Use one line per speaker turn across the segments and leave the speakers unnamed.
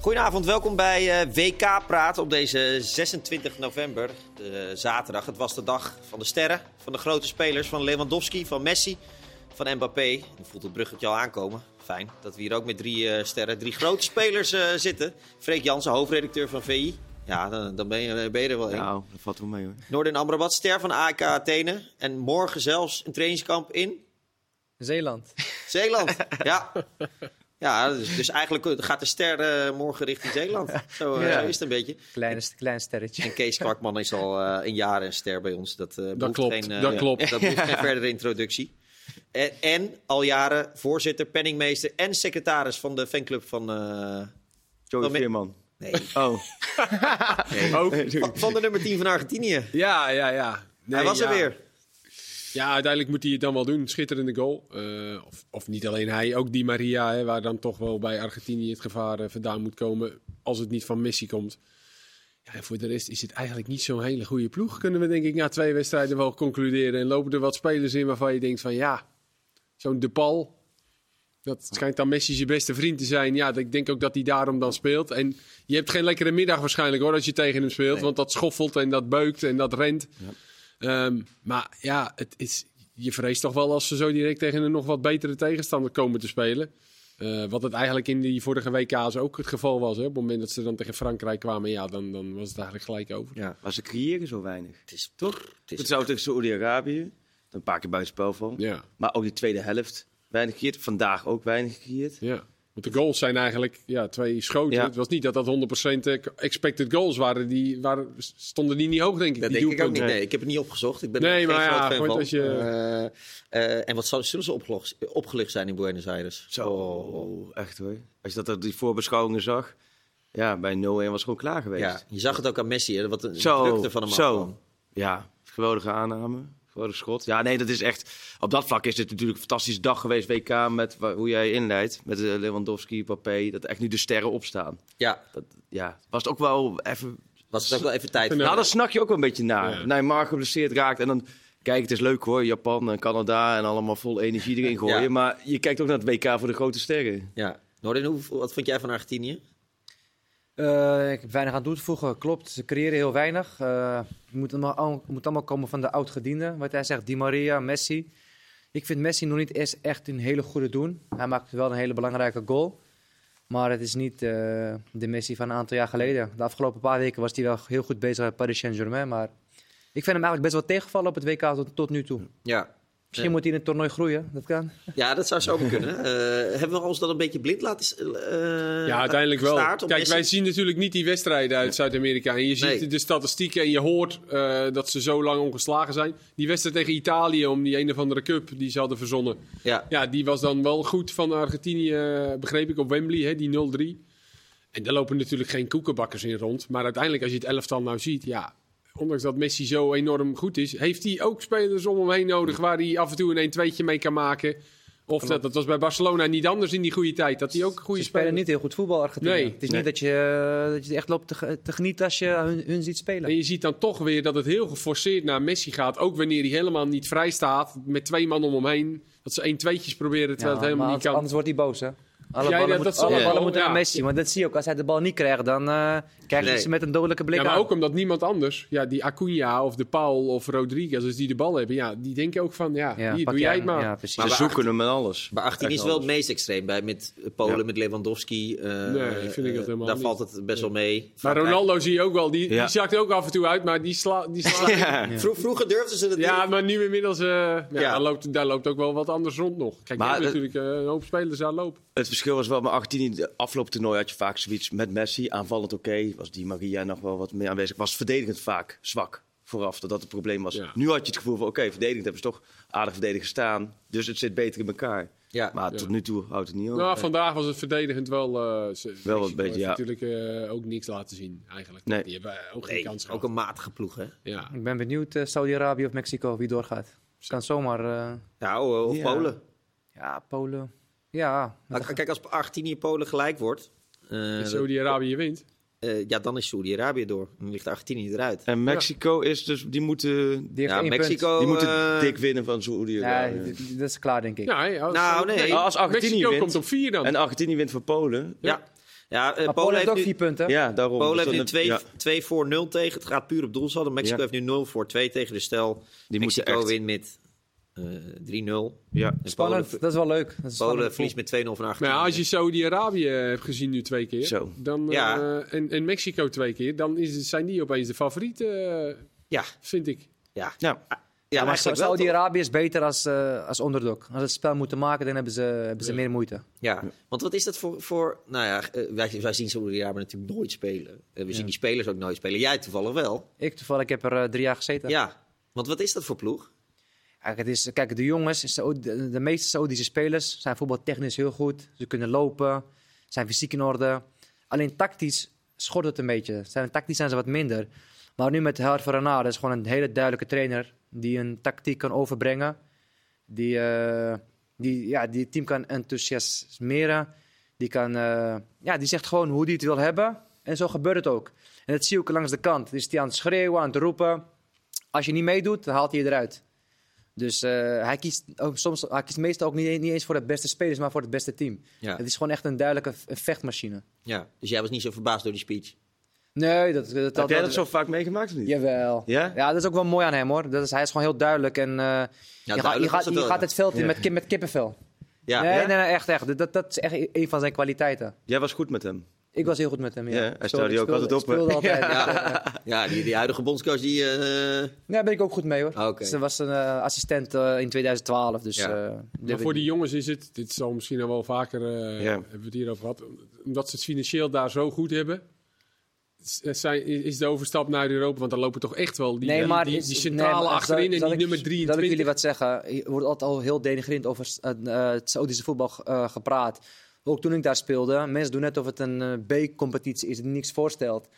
Goedenavond, welkom bij eh, WK Praat op deze 26 november, de zaterdag. Het was de dag van de sterren, van de grote spelers, van Lewandowski, van Messi, van Mbappé. Je voelt het bruggetje al aankomen. Fijn dat we hier ook met drie eh, sterren, drie grote spelers eh, zitten. Freek Jansen, hoofdredacteur van VI. Ja, dan, dan ben, je, ben je er wel in.
Nou, dat valt wel mee hoor.
Noorden Amrabat, ster van AEK Athene. En morgen zelfs een trainingskamp in
Zeeland.
Zeeland. Ja. Ja, dus, dus eigenlijk gaat de ster eh, morgen richting Zeeland. Zo, eh,
Ja.
zo is het een beetje.
Klein, klein sterretje.
En Kees Kwakman is al eh, een jaar een ster bij ons. Dat, eh, behoeft
klopt,
Geen, eh,
dat klopt.
Dat behoeft geen verdere introductie. En, en al jaren voorzitter, penningmeester en secretaris van de fanclub van... eh,
Joey
Dan ben-
Veerman.
nee,
Oh,
Ook?
van- van de nummer 10 van Argentinië.
Ja, ja, ja. Nee,
Hij was
ja.
er weer.
Ja, uiteindelijk moet hij het dan wel doen. Schitterende goal. Eh, of, of niet alleen hij, ook Di Maria, hè, waar dan toch wel bij Argentinië het gevaar eh, vandaan moet komen. Als het niet van Messi komt. Ja, en voor de rest is het eigenlijk niet zo'n hele goede ploeg. Kunnen we denk ik na twee wedstrijden wel concluderen. En lopen er wat spelers in waarvan je denkt van ja, zo'n De Pal. Dat schijnt dan Messi zijn beste vriend te zijn. Ja, ik denk ook dat hij daarom dan speelt. En je hebt geen lekkere middag waarschijnlijk hoor, als je tegen hem speelt. Want dat schoffelt en dat beukt en dat rent. Ehm, maar ja, het is, je vreest toch wel als ze zo direct tegen een nog wat betere tegenstander komen te spelen. Eh, wat het eigenlijk in die vorige WK's ook het geval was. Hè? Op het moment dat ze dan tegen Frankrijk kwamen, ja, dan, dan was het eigenlijk gelijk over.
Ja.
maar ze creëren zo weinig.
Het is,
Toch?
het is
Het zou tegen Saoedi-Arabië, dan een paar keer buitenspel van.
Ja,
Maar ook die tweede helft, weinig gecreëerd. Vandaag ook weinig gecreëerd.
ja. Want de goals zijn eigenlijk ja, twee schoten.
Ja.
Het was niet dat dat 100% expected goals waren. Die waren, stonden die niet hoog, denk ik.
Dat
die
denk ik ook niet.
doelpunten.
Nee, ik heb het niet opgezocht. Ik ben
Nee,
er geen
maar ja,
groot fan
goed,
van.
als je-
Eh, eh, en wat zou- zullen ze opgelost- eh, opgelucht zijn in Buenos Aires?
Zo, echt hoor. Als je dat op die voorbeschouwingen zag, ja, bij 0-1 was het gewoon klaar geweest.
Ja, je zag het ook aan Messi, hè, wat een
Zo,
drukte van hem
zo.
afkwam.
Ja, geweldige aanname. Geweldig schot. Ja, nee, dat is echt... Op dat vlak is dit natuurlijk een fantastische dag geweest, WK, met wa- hoe jij inleidt. Met eh, Lewandowski, Papé, dat echt nu de sterren opstaan.
Ja,
Dat, ja, was het ook wel even...
was het ook wel even tijd.
Ja.
voor.
Nou, daar snak je ook wel een beetje naar.
Ja.
Neymar geblesseerd raakt en dan... Kijk, het is leuk hoor, Japan en Canada en allemaal vol energie erin gooien.
Ja.
Maar je kijkt ook naar het WK voor de grote sterren.
Ja. Noordin, hoe, wat vond jij van Argentinië?
Eh, ik heb weinig aan toe te voegen. Klopt, ze creëren heel weinig. Eh, het moet allemaal, al- het moet allemaal komen van de oud-gediende. Wat hij zegt, Di Maria, Messi. Ik vind Messi nog niet eens echt een hele goede doen. Hij maakt wel een hele belangrijke goal. Maar het is niet eh, de Messi van een aantal jaar geleden. De afgelopen paar weken was hij wel heel goed bezig bij Paris Saint-Germain. Maar ik vind hem eigenlijk best wel tegenvallen op het WK tot, tot nu toe.
Ja.
Misschien moet hij in het toernooi groeien. Dat kan.
ja, dat zou zo kunnen. Eh, hebben we ons dan een beetje blind laten eh,
Ja, uiteindelijk wel.
gestaard op
Kijk,
Messi?
wij zien natuurlijk niet die wedstrijden uit Zuid-Amerika. En je ziet
Nee.
de statistieken en je hoort eh, dat ze zo lang ongeslagen zijn. Die wedstrijd tegen Italië om die een of andere cup die ze hadden verzonnen.
Ja.
Ja, die was dan wel goed van Argentinië, eh, begreep ik, op Wembley, hè, die 0-3. En daar lopen natuurlijk geen koekenbakkers in rond. Maar uiteindelijk, als je het elftal nou ziet, ja... Ondanks dat Messi zo enorm goed is, heeft hij ook spelers om hem heen nodig... waar hij af en toe een 1-2'tje mee kan maken. Of dat, dat was bij Barcelona niet anders in die goede tijd. Dat hij ook goede
Ze spelen
spelers...
niet heel goed voetbal, Argentinië.
Nee.
het is
Nee.
niet dat je, eh, dat je echt loopt te, ge- te genieten als je hun, hun ziet spelen.
En je ziet dan toch weer dat het heel geforceerd naar Messi gaat. Ook wanneer hij helemaal niet vrij staat. Met twee man om hem heen. Dat ze één tweetjes proberen terwijl
Ja,
het helemaal
maar
niet kan.
Anders wordt hij boos, hè? Alle
Ja,
ballen,
dat-
moet-
dat zal
alle
wel,
ballen moeten
ja.
naar Messi. Maar dat zie je ook. Als hij de bal niet krijgt, dan eh krijgt
Nee.
hij ze met een dodelijke blik
Ja, maar
aan.
ook omdat niemand anders. Ja, die Acuna of De Paul of Rodriguez. Als die de bal hebben. Ja, die denken ook van. Ja,
Ja,
hier
pak
doe
je
jij
aan.
het maar.
Ja, precies.
Ze
Maar
zoeken hem met alles.
Maar 18 is
Echt
wel het
alles.
meest extreem bij. Met Polen,
Ja.
met Lewandowski. eh,
Nee, ik vind
eh,
ik dat helemaal
Daar
niet.
valt het best wel mee.
Maar
Frankrijk-
Ronaldo zie je ook wel. Die,
Ja.
die zakt ook af en toe uit. Maar die slaat. Die sla, ja.
Ja.
Vro- vroeger durfden ze het niet.
maar nu inmiddels. eh, ja,
Ja.
Daar, loopt, daar loopt ook wel wat anders rond nog. Kijk,
Maar
maar,
dat-
natuurlijk eh, een hoop spelers aan lopen.
Het verschil was wel, maar Argentinië, de afgelopen toernooi had je vaak zoiets met Messi. Aanvallend oké, was die Maria nog wel wat meer aanwezig. Was verdedigend vaak zwak vooraf, dat dat het probleem was.
Ja.
Nu had je het gevoel van, oké, verdedigend hebben ze toch aardig verdedigd gestaan. Dus het zit beter in elkaar.
Ja.
Maar
Ja.
tot nu toe houdt het niet op.
Nou, vandaag was het verdedigend wel. eh ze-
Wel wat
Mexico
beetje,
heeft
ja.
natuurlijk eh, ook niks laten zien, eigenlijk.
Nee.
Die hebben eh, ook geen
Nee,
kans gehad.
ook een matige ploeg, hè?
Ja.
Ik ben benieuwd, eh, Saudi-Arabië of Mexico, wie doorgaat. Het kan zomaar... eh,
Nou, eh, of
Ja.
Polen.
ja, Polen. Ja,
Maar k- Kijk, als Argentinië Polen gelijk wordt, eh,
En Saudi-Arabië wint.
eh, ja, dan is Saudi-Arabië door. Dan ligt Argentinië eruit.
En Mexico is dus, die moeten,
die heeft
ja,
één
Mexico.
punt.
die
eh,
moeten dik winnen van
Ja,
Saoedi-Arabië.
d- d- dat is klaar, denk ik.
Ja, hè, als-
Nou, nee.
Als Argentinië
Mexico
wint.
komt op vier dan.
en Argentinië wint van Polen.
Ja. Ja, eh,
Maar
Polen
heeft ook
heeft nu,
vier punten.
Ja, daarom.
Polen
Dus
heeft nu
dat-
2
ja,
voor 0 tegen. Het gaat puur op doelsaldo. Mexico
Ja.
heeft nu 0 voor 2 tegen. Dus stel,
Die moeten
Mexico
echt-
wint met eh 3-0.
ja.
En
Spannend,
Polen,
dat is wel leuk. Dat is een spannende
Polen verliest met 2-0 van
Maar
Argentinië.
ja, als je Saudi-Arabië hebt gezien nu twee keer.
Zo.
Dan, eh,
Ja.
en, en Mexico twee keer. Dan is, zijn die opeens de favorieten, eh,
Ja,
vind ik.
ja.
Ja.
ja,
maar
eigenlijk wel, toch?
Saudi-Arabië is beter als, eh, als onderdok. Als ze het spel moeten maken, dan hebben ze, hebben ze
Ja.
meer moeite.
Ja, want wat is dat voor... voor nou ja, eh, wij, wij zien Saudi-Arabië natuurlijk nooit spelen. Eh, we zien die spelers ook nooit spelen. Jij toevallig wel.
Ik toevallig ik heb er eh, drie jaar gezeten.
Ja. want wat is dat voor ploeg?
Kijk, het is, kijk, de jongens, Saoedi- de, de meeste Saoedische spelers zijn voetbaltechnisch heel goed. Ze kunnen lopen, zijn fysiek in orde. Alleen tactisch schort het een beetje. Zijn, tactisch zijn ze wat minder. Maar nu met Harvey Renard, dat is gewoon een hele duidelijke trainer die een tactiek kan overbrengen. Die, eh, die, ja, die het team kan enthousiasmeren. Die, kan, eh, ja, die zegt gewoon hoe die het wil hebben. En zo gebeurt het ook. En dat zie je ook langs de kant. Dus die aan het schreeuwen, aan het roepen. Als je niet meedoet, dan haalt hij je eruit. Dus eh, hij, kiest ook soms, hij kiest meestal ook niet, niet eens voor de beste spelers, maar voor het beste team.
Ja.
Het is gewoon echt een duidelijke v- een vechtmachine.
ja, dus jij was niet zo verbaasd door die speech.
Nee, dat... dat,
Heb jij dat zo vaak meegemaakt of niet?
Jawel.
Ja?
Ja, dat is ook wel mooi aan hem hoor. Dat is, hij is gewoon heel duidelijk en eh, je, gaat, je,
duidelijk was
gaat,
dat
je
wel,
gaat
ja.
het veld in
Ja.
met, ki- met kippenvel.
Ja,
nee,
ja?
nee, nee, echt, echt. Dat, dat is echt e-, een van zijn kwaliteiten.
Jij was goed met hem.
Ik was heel goed met hem, ja.
Ja, hij
Ik speelde-
stelde je
ik
ook altijd
speelde-
op,
ik speelde altijd. ja.
ja die, die huidige bondscoach die... eh,
daar ben ik ook goed mee hoor.
Ah, oké.
Ze was een eh, assistent eh, in 2012, dus...
Ja.
eh,
Maar
dat
voor
weet
die
ik.
jongens is het, dit zal misschien al wel vaker, eh,
Ja.
hebben we het hierover gehad, omdat ze het financieel daar zo goed hebben. s- eh, Zijn, is de overstap naar Europa, want dan lopen toch echt wel die, die, die,
is-
die centrale
nee, maar zal-
achterin en
zal
die
ik-
nummer
Zal ik
23.
jullie wat zeggen? Er wordt altijd al heel denigrerend over eh, eh, het Saoedische voetbal eh, gepraat. Ook toen ik daar speelde. Mensen doen net of het een eh, B-competitie is die niks voorstelt.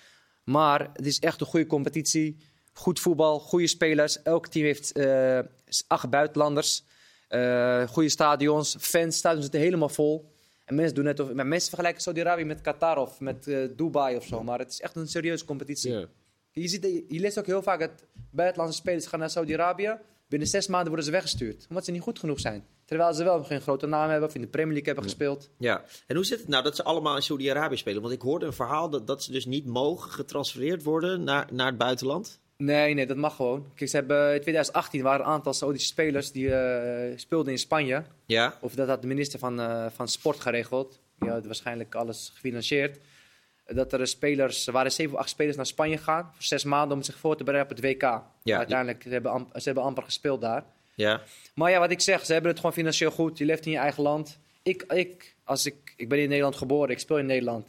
Maar het is echt een goede competitie. Goed voetbal, goede spelers. Elk team heeft eh, acht buitenlanders. Eh, goede stadions. Fans, stadions zitten helemaal vol. En mensen doen net of... Maar mensen vergelijken Saudi-Arabië met Qatar of met eh, Dubai of zo. Maar het is echt een serieuze competitie.
Ja.
Je, ziet, je leest ook heel vaak dat buitenlandse spelers gaan naar Saudi-Arabië. Binnen zes maanden worden ze weggestuurd. Omdat ze niet goed genoeg zijn. Terwijl ze wel geen grote naam hebben of in de Premier League hebben gespeeld.
Ja, en hoe zit het nou dat ze allemaal in Saudi-Arabië spelen? Want ik hoorde een verhaal dat, dat ze dus niet mogen getransfereerd worden naar, naar het buitenland.
Nee, nee, dat mag gewoon. Kijk, ze hebben, in 2018 waren een aantal Saoedische spelers die eh, speelden in Spanje.
Ja,
Of dat had de minister van, eh, van Sport geregeld. Die had waarschijnlijk alles gefinancierd. Dat er spelers, er waren zeven of acht spelers naar Spanje gegaan. Voor zes maanden om zich voor te bereiden op het WK.
die-
Uiteindelijk ze hebben amp- ze hebben amper gespeeld daar.
ja,
Maar ja, wat ik zeg, ze hebben het gewoon financieel goed. Je leeft in je eigen land. Ik, ik, als ik, ik ben in Nederland geboren, ik speel in Nederland.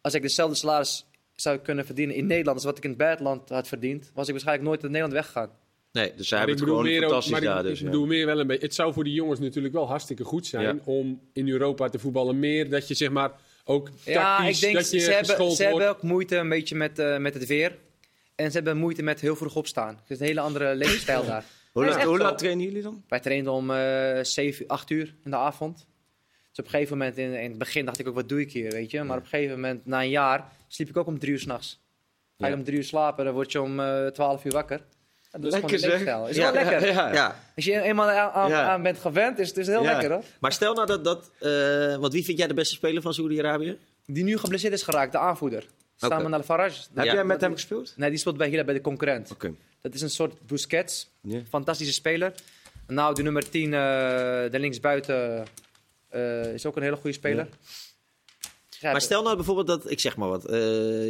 Als ik dezelfde salaris zou kunnen verdienen in Nederland als wat ik in het buitenland had verdiend, was ik waarschijnlijk nooit naar Nederland weggegaan.
nee.
Dus zij
Maar
hebben het
ik bedoel
gewoon
meer ook-
fantastisch
maar ik-
daar.
ik
Dus, ja.
bedoel meer wel een beetje. Het zou voor die jongens natuurlijk wel hartstikke goed zijn
Ja.
om in Europa te voetballen. Meer dat je zeg maar ook tactisch
ja, ik denk
dat je
ze, hebben,
geschoold
ze
wordt.
hebben ook moeite een beetje met, eh, met het weer. En ze hebben moeite met heel vroeg opstaan. Het is een hele andere levensstijl daar.
Hoe
Nee,
laat,
echt
hoe
wel.
laat trainen jullie dan?
Wij trainden om eh 7, 8 uur in de avond. Dus op een gegeven moment, in, in het begin dacht ik ook, wat doe ik hier, weet je? Maar op een gegeven moment, na een jaar, sliep ik ook om drie uur s'nachts. Ga je
Ja.
om drie uur slapen, dan word je om eh 12 uur wakker. Ja, Dat is
Lekker,
gewoon de
zeg.
leefstijl. Is
Ja.
wel lekker.
Ja.
Ja,
Als je eenmaal aan, aan,
Ja.
aan bent gewend, is het is heel
Ja.
lekker hoor.
maar stel nou dat... dat eh, want wie vind jij de beste speler van Saudi-Arabië?
Die nu geblesseerd is geraakt, de aanvoerder.
Oké.
Samen naar de Farage.
Heb
Ja.
jij met hem gespeeld?
Nee, die speelt bij Hila bij de concurrent.
Oké.
Dat is een soort Busquets.
Ja.
Fantastische speler. Nou, de nummer 10, eh, de linksbuiten, eh, is ook een hele goede speler. Ja,
Maar stel nou bijvoorbeeld dat, ik zeg maar wat, eh,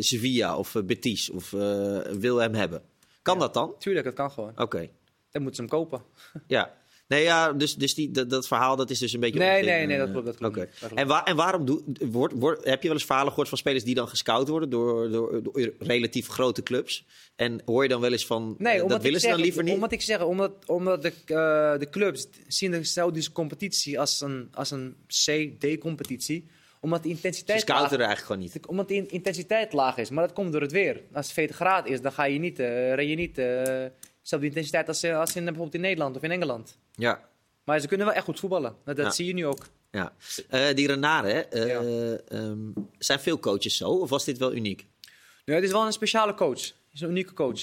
Sevilla of eh, Betis of eh, wil hem hebben. Kan dat dan?
Tuurlijk, dat kan gewoon.
Oké,
Dan moeten ze hem kopen.
ja. Nee, ja, dus, dus die, dat, dat verhaal dat is dus een beetje...
Nee,
onzin.
nee, nee, dat
Eh,
klopt, dat klopt
oké.
niet. Dat klopt.
En, waar en waarom doe, wordt wordt heb je wel eens verhalen gehoord van spelers die dan gescout worden door, door, door relatief grote clubs? En hoor je dan wel eens van, eh,
Nee, omdat
dat
ik
willen ze
zeg,
dan liever niet?
Omdat ik zeg, omdat, omdat de, eh, de clubs zien de Saudische competitie als een, als een C-D-competitie. Omdat de
Ze
intensiteit laag
scouten er eigenlijk gewoon niet.
Omdat de in- intensiteit laag is, maar dat komt door het weer. Als het 40 graden is, dan ga je niet, eh ren je niet eh dezelfde intensiteit als, eh, als in, eh, bijvoorbeeld in Nederland of in Engeland.
Ja.
Maar ze kunnen wel echt goed voetballen. Dat, dat
Ja.
zie je nu ook.
ja. Eh, die Renaren, hè, eh,
Ja.
ehm, zijn veel coaches zo? Of was dit wel uniek?
Nee, het is wel een speciale coach. Het is een unieke coach.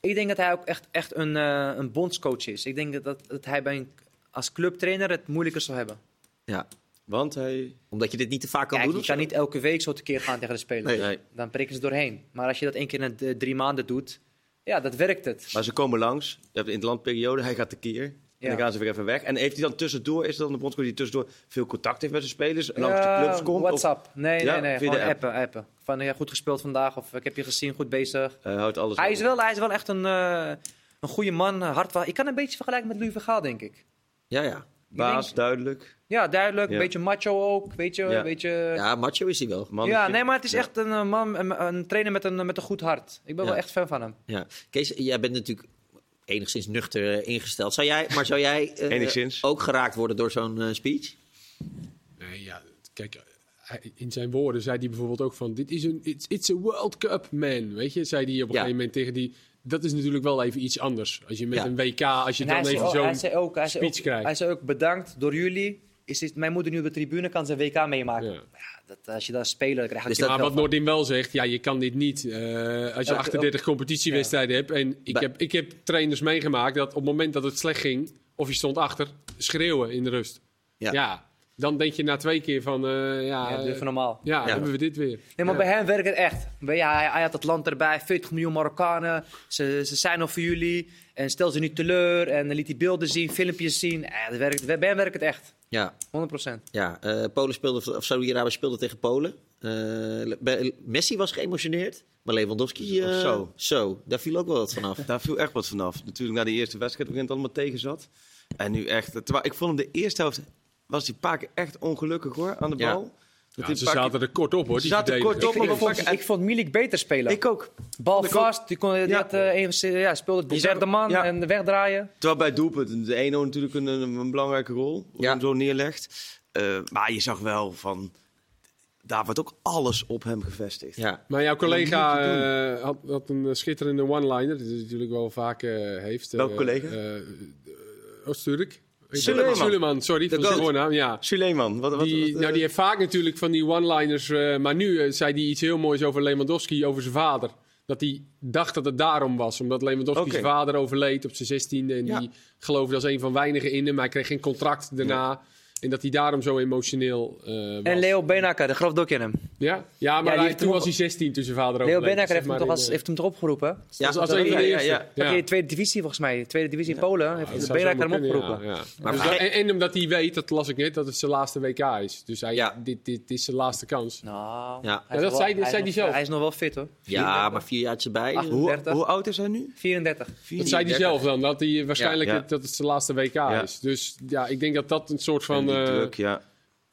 Ik denk dat hij ook echt, echt een, eh, een bondscoach is. Ik denk dat, dat, dat hij bij een, als clubtrainer het moeilijker zal hebben.
Ja.
Want hij...
Omdat je dit niet te vaak kan
Kijk,
doen?
je
of
kan
zo?
niet elke week zo tekeer gaan tegen de spelers.
Nee.
Dan prikken ze doorheen. Maar als je dat één keer in de drie maanden doet, ja, dat werkt het.
Maar ze komen langs. Je hebt in het landperiode. Hij gaat tekeer. En
Ja.
dan gaan ze weer even weg. En heeft hij dan tussendoor, is dat dan de bondscoach die tussendoor veel contact heeft met zijn spelers? En langs de
Ja,
clubs komt? Of
WhatsApp. Nee,
Ja,
nee, nee.
via de
Gewoon
app.
appen, appen. Van, ja, goed gespeeld vandaag. Of ik heb je gezien, goed bezig.
hij houdt alles
Hij
op.
is wel, hij is wel echt een, eh, een goede man. eh, Hard, wa- ik kan hem een beetje vergelijken met Louis van Gaal, denk ik.
Ja, ja.
Baas,
denk-
duidelijk.
Ja, duidelijk.
Ja.
Een beetje macho ook. Weet je,
Ja.
een beetje...
Ja, macho is hij wel.
Mannetje.
Ja, nee, maar het is
Ja.
echt een, eh, man, een, een trainer met een, met een goed hart. Ik ben
Ja.
wel echt fan van hem.
Ja. Kees, jij bent natuurlijk enigszins nuchter eh, ingesteld. Zou jij, maar zou jij eh,
Enigszins.
ook geraakt worden door zo'n eh, speech?
Nee, ja, kijk, hij- in zijn woorden zei hij bijvoorbeeld ook van... Dit is een, it's, it's a World Cup, man. Weet je, zei hij op een
Ja.
gegeven moment tegen die... Dat is natuurlijk wel even iets anders. Als je met
Ja.
een WK, als je
En hij,
dan
zei
even
ook, hij
zo'n...
zei ook, hij zei ook,
speech krijgt.
hij zei ook bedankt door jullie. Is dit, mijn moeder nu op de tribune kan zijn WK meemaken.
Ja.
Ja. dat, als je daar speler krijgt,
Dus
je
Maar
dat-
wat Noordin wel zegt, ja, je kan dit niet. eh, als je
Elke-
38 competitiewedstrijden hebt. En ik
Ba-
heb, ik heb trainers meegemaakt dat op het moment dat het slecht ging, of je stond achter, schreeuwen in de rust.
Ja.
Ja. Dan denk je na twee keer van, eh, ja,
ja,
eh,
dat is
ja,
even normaal.
Ja.
hebben we dit weer.
Nee, maar
Ja.
bij hem werkt het echt. Bij- Ja, hij, hij had het land erbij, 40 miljoen Marokkanen. Ze, ze zijn nog voor jullie. En stel ze niet teleur. En dan liet hij beelden zien, filmpjes zien. Ja, dat werkt, bij hem werkt het echt.
Ja,
100%.
ja. eh, Polen speelde, of Saudi-Arabië speelde tegen Polen. Eh, Le- bij- Messi was geëmotioneerd, maar Lewandowski
Of
eh,
zo.
zo. Daar viel ook wel wat vanaf.
Daar viel echt wat vanaf. Natuurlijk na die eerste wedstrijd waarin het allemaal tegen zat. En nu echt... eh, Terwijl ik vond hem de eerste helft... Was die paar keer echt ongelukkig hoor, aan de
Ja.
bal. Dat
Ja,
die
ze
paar keer-
zaten er kort op, hoor.
Ze
Die
zaten kort
verdedigers.
op. maar
ik,
we
vond,
pakken-
ik vond Milik beter spelen.
Ik ook.
Bal
vond ik ook.
vast, die, kon, die
Ja.
had, eh, een- ja, speelde het
Die zijn-
derde man
ja.
en wegdraaien.
Terwijl bij doelpunt de Eno natuurlijk een, een, een belangrijke rol hoe
Ja.
hem zo neerlegt. Eh, maar je zag wel van daar wordt ook alles op hem gevestigd.
Ja.
Maar jouw
moet
collega
je
eh, had, had een eh, schitterende one-liner, die hij natuurlijk wel vaak eh, heeft.
Welke
Eh,
collega?
eh, eh, Oost-Turk.
Suleiman.
Suleiman, sorry,
De
van zijn
goat.
voornaam, ja.
Suleiman, wat, wat,
Die,
wat,
nou, die
eh,
heeft vaak natuurlijk van die one-liners. eh, maar nu eh, zei hij iets heel moois over Lewandowski, over zijn vader. Dat hij dacht dat het daarom was. Omdat Lewandowski
Oké.
zijn vader overleed op zijn zestiende. En
Ja.
die geloofde als een van weinigen in hem. Hij kreeg geen contract daarna. En dat hij daarom zo emotioneel eh, was.
En Leo Benakker, dat geloof ik ook in hem.
Ja, ja
Ja,
maar
die
hij-
heeft
toen
toen-
was hij 16 toen zijn vader
Leo
overleed.
Benakker
Zeg
heeft hem,
maar
toch
in,
als,
eh,
heeft hem toch opgeroepen?
Ja,
als- als
dat-
een van de
ja, ja,
eerste.
ja.
Ja. in de tweede divisie volgens mij. Tweede divisie in Polen heeft
dat zou
Benakker hem
zomaar kunnen,
opgeroepen.
ja, ja.
Maar
Dus
vergeet-
dat- en, en omdat hij weet, dat las ik net, dat het zijn laatste WK is. Dus hij,
Ja.
dit, dit is zijn laatste kans.
Nou,
Ja.
Ja, dat zei- dat
is
zei
nog-
hij zelf.
Hij is nog wel fit hoor.
ja, maar vier jaar erbij.
Ach,
hoe,
30.
hoe oud is hij nu?
34.
Dat zei hij zelf dan, dat hij waarschijnlijk
Ja.
het- dat het zijn laatste WK
Ja.
is. Dus ja, ik denk dat dat een soort van
Van,
eh,
druk, ja.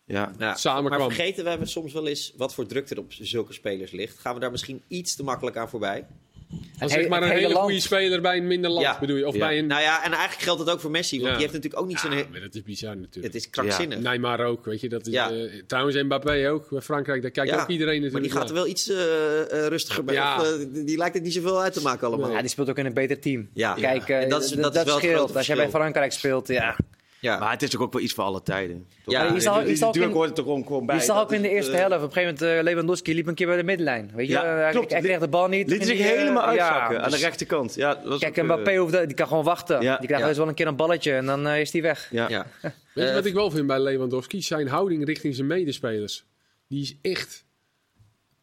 ja.
Ja. Maar
samenkwam.
vergeten we hebben soms wel eens wat voor druk er op zulke spelers ligt. Gaan we daar misschien iets te makkelijk aan voorbij?
Dan
Het
zeg
he-
maar
het
een
hele
hele
land.
goede speler bij een minder land,
Ja.
bedoel je? Of
Ja.
bij een...
Nou ja, en eigenlijk geldt het ook voor Messi, want
Ja.
die heeft natuurlijk ook niet zo'n...
Ja,
he-
maar dat is bizar natuurlijk.
Het is krankzinnig.
Neymar ook, weet je. Dat is,
Ja.
eh, trouwens, Mbappé ook. Bij Frankrijk, daar kijkt
Ja,
ook iedereen natuurlijk
Maar die gaat er
naar.
wel iets eh, eh, rustiger bij.
Ja.
Of, eh, die- die lijkt het niet zoveel uit te maken allemaal.
Ja, die speelt ook in een beter team.
Ja.
Kijk,
Ja.
eh,
En
dat, is, dat,
is wel het
scheelt.
grote
Als jij bij
verschil.
Frankrijk speelt, ja.
Ja.
Maar het is ook, ook wel iets voor alle tijden. toch?
Ja,
Die-
je
zal- je
die- die
zal ook
druk
in-
hoort er gewoon, gewoon bij.
Die zag
Dat
ook in
is,
de eerste
eh,
helft. Op een gegeven moment, eh, Lewandowski liep een keer bij de middenlijn. Weet je,
Ja,
Eh, hij-
klopt.
hij kreeg de bal niet.
Liet hij
En
zich
die, eh,
helemaal
ja,
uitzakken aan de
dus-
rechterkant. Ja, dat was
Kijk,
ook, eh,
Mbappé hoeft, die kan gewoon wachten.
Ja.
Die krijgt
Ja.
dus wel een keer een balletje en dan eh, is hij weg.
Ja.
Ja.
Weet je
Eh,
wat ik wel vind bij Lewandowski? Zijn houding richting zijn medespelers. Die is echt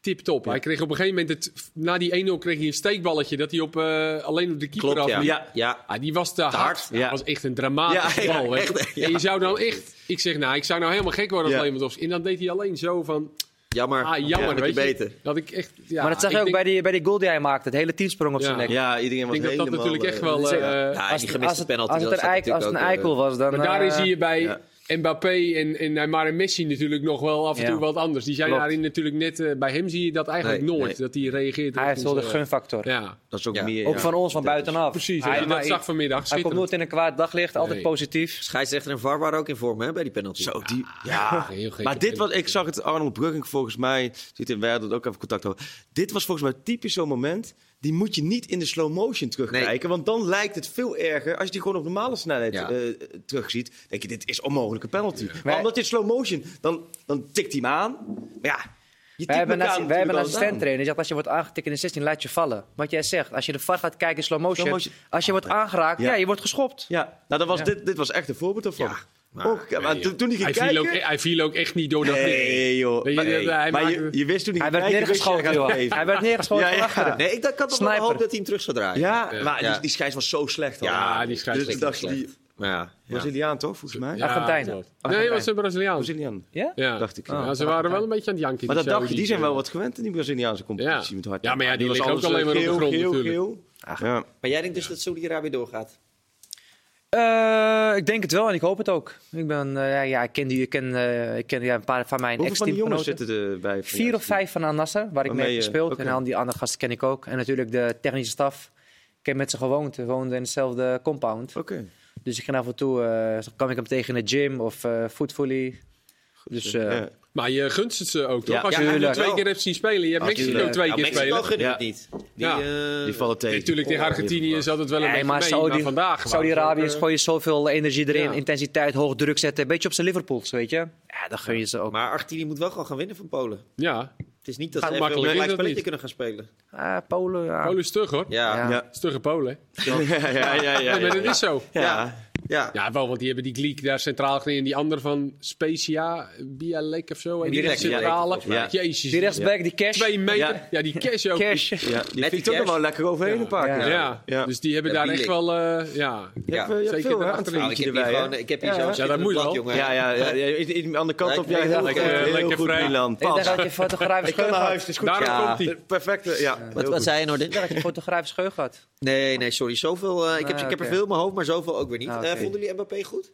tip-top. Hij kreeg op een gegeven moment, het, na die 1-0 kreeg hij een steekballetje. Dat hij op, eh, alleen op de keeper
Klopt, ja.
afliep.
ja. ja.
Ah, die was te hard.
hard,
Dat
ja.
was echt een dramatische
Ja, ja,
bal. weet je.
echt, ja.
En je zou dan echt... Ik zeg, nou, ik zou nou helemaal gek worden als
Ja.
Lewandowski. En dan deed hij alleen zo van...
Jammer.
Ah,
Ja,
jammer,
wordt
weet
hij
je.
beter.
Dat ik echt... Ja,
maar dat zag
ik
je ook
denk-
bij die, bij die goal die hij maakte. Het hele team sprong op zijn nek.
Ja, iedereen was
Ik denk dat
helemaal...
dat natuurlijk echt wel...
eh,
eh,
zeker.
Ja, en
Als
die
het-
gemiste
als het-
penalty.
Als het
dat
een
staat
eik- als het een
natuurlijk
eikel
ook,
was, dan...
maar daarin
eh,
zie je bij
ja.
Mbappé en, en Neymar en Messi natuurlijk nog wel af en
Ja.
toe wat anders. Die zijn
Klopt.
daarin natuurlijk net... eh, bij hem zie je dat eigenlijk
Nee,
nooit.
nee.
Dat hij reageert.
Hij heeft wel de
richting zijn-
gunfactor.
eh, Ja,
Dat is ook
Ja.
meer...
Ook
ja.
van ons, van buitenaf.
precies.
Hij,
Als je
maar
dat
ik-
zag
hij
vanmiddag,
komt
schitterend.
nooit in een kwaad daglicht, altijd
Nee.
eh,
positief.
Scheidsrechter en VAR waren ook in vorm hè, bij die penalty.
Zo, die... Ja.
Heel gek.
Maar dit was, ik zag het Arnold Brugging volgens mij, zit in Werder ook even contact over. Dit was volgens mij typisch zo'n moment. Die moet je niet in de slow motion terugkijken, want dan lijkt het veel erger als je die gewoon op normale snelheid
Ja.
eh terugziet. Denk je, dit is onmogelijke penalty. Maar
Wij-
omdat je in slow motion, dan, dan tikt hij hem aan. Maar ja, je
Wij
tikt
hebben, een
elkaar
assi- wij hebben een
natuurlijk
assistent
wel eens
trainer die zegt als je wordt aangetikt in de 16, laat je vallen. Wat jij zegt, als je de VAR gaat kijken in slow motion,
Slow motion.
als je wordt aangeraakt,
Ja.
ja, je wordt geschopt.
aan. Ja, nou, dat was,
Ja.
dit, dit was echt een voorbeeld ervan.
Ja. Maar,
Och, ja, maar
Nee,
toen, toen hij ging
hij, viel
kijken...
ook, e- hij viel ook echt niet door dat ding.
Nee, joh.
Weet je,
maar
dat- hij
maar je,
maakte-
je wist toen hij
Hij
ging
werd
kijken, wist je, hij
neergeschoten,
gaat
joh.
leven.
Hij werd neergeschoten van achteren.
nee, ik dacht, ik had toch wel
Sniper.
gehoopt dat hij hem terug zou draaien.
Ja,
Ja.
maar Die, die scheids was zo slecht. al.
Ja,
die scheids
Dus
was
toen dacht je,
slecht.
die
Maar ja, ja.
Braziliaan toch, volgens mij?
Ja,
Argentijnen.
klopt. Nee,
Argentijnen.
was een Braziliaan.
Braziliaan,
Ja?
Ja.
dacht ik.
Ah.
Ja, ze waren wel een beetje aan het janken.
Maar dat dacht je,
Saoedi's,
die zijn
eh.
wel wat gewend in die Braziliaanse competitie
Ja.
met hard.
Ja, maar ja, die
was
liggen ook
alles,
alleen maar op de
eh, geel,
grond
geel,
natuurlijk.
geel. Ja.
Maar jij denkt dus dat Saudi-Arabië doorgaat?
Eh, ik denk het wel en ik hoop het ook. Ik ben, eh, ja, ja, ik ken, die, ik ken, eh, ik ken ja, een paar van mijn
Hoeveel van die jongens
ex-teamgenoten.
zitten erbij? van
Vier
jou?
of vijf van Al-Nasser, waar ik
Waarmee
mee heb
je-
gespeeld.
oké.
En al die andere gasten ken ik ook. En natuurlijk de technische staf. Ik heb met ze gewoond. We woonden in hetzelfde compound.
Oké.
Dus ik ging af en toe, eh kwam ik hem tegen in de gym of eh voetvolley. Dus eh,
Ja.
Maar je gunst het ze ook, toch?
Ja,
Als je
ja,
hem
tuurlijk.
twee keer hebt zien spelen. Je hebt
Ja,
Mexico
tuurlijk.
twee
Nou,
keer
Mexico
spelen.
gun ik
Ja.
het niet. Die,
Ja.
eh,
Die vallen tegen.
Natuurlijk, tegen Argentinië zat het wel een
nee,
beetje
maar
mee. maar
Saudi-
vandaag waren
Saudi-Arabië
ze ook, eh,
gooi je zoveel energie erin,
Ja.
intensiteit, hoog druk zetten. Een beetje op zijn Liverpools, weet je. Ja, dat gun je ze ook.
Maar Argentinië moet wel gewoon gaan winnen van Polen.
Ja,
Het is niet dat
Gaat
ze even
makkelijk,
een
is dat
gelijkspelletje
niet?
kunnen gaan spelen.
Ah, Polen, ja.
Polen is stug, hoor.
Ja, ja.
Ja.
Stugge Polen.
Ja, ja, ja. ja, ja,
Nee, maar dat is zo.
Ja.
Ja, wel, want die hebben die Gleek daar centraal gereden. En die ander van Specia, Bialek of zo. En die,
Die
die
Lek, ja.
centrale.
Lek,
volgens
Jezus.
Die rechtsback, die cash.
Twee meter. Ja,
Ja.
die cash ook.
cash.
Ja, die
Met die
fietst ook nog wel
kerst.
lekker overheen
Ja.
een paar
Ja.
Ja.
keer. Ja.
dus die hebben
Ja,
daar
die
echt
Lek.
wel... eh, ja.
Je hebt,
Ja,
eh, je hebt
zeker
veel hè,
de
aan het
achterin.
Nou, ik heb
vriendje
hier
erbij, hè?
gewoon, ik heb hier
Ja,
zo'n
ja.
zin
Ja, dat
in
moet
het blad,
wel.
jongen.
Ja, ja, ja, ja, in- in- aan de kant op.
Lekker,
Ja, heel goed,
lekker,
heel
lekker
goed,
vrij.
Milan.
Ik
Pas.
dacht dat je
Ik
fotografisch
kan
geheugen
naar
had.
huis, is goed.
Daarom
Ja,
komt hij.
Perfecte, ja.
Wat,
heel
wat
goed.
zei je nou,
Ik
Din?
dacht dat je fotografisch geheugen had.
Nee, nee, sorry. Zoveel, eh, ik, heb,
Ah,
ik heb er
oké.
veel in mijn hoofd, maar zoveel ook weer niet.
Ah,
Eh,
oké.
vonden jullie Mbappé goed?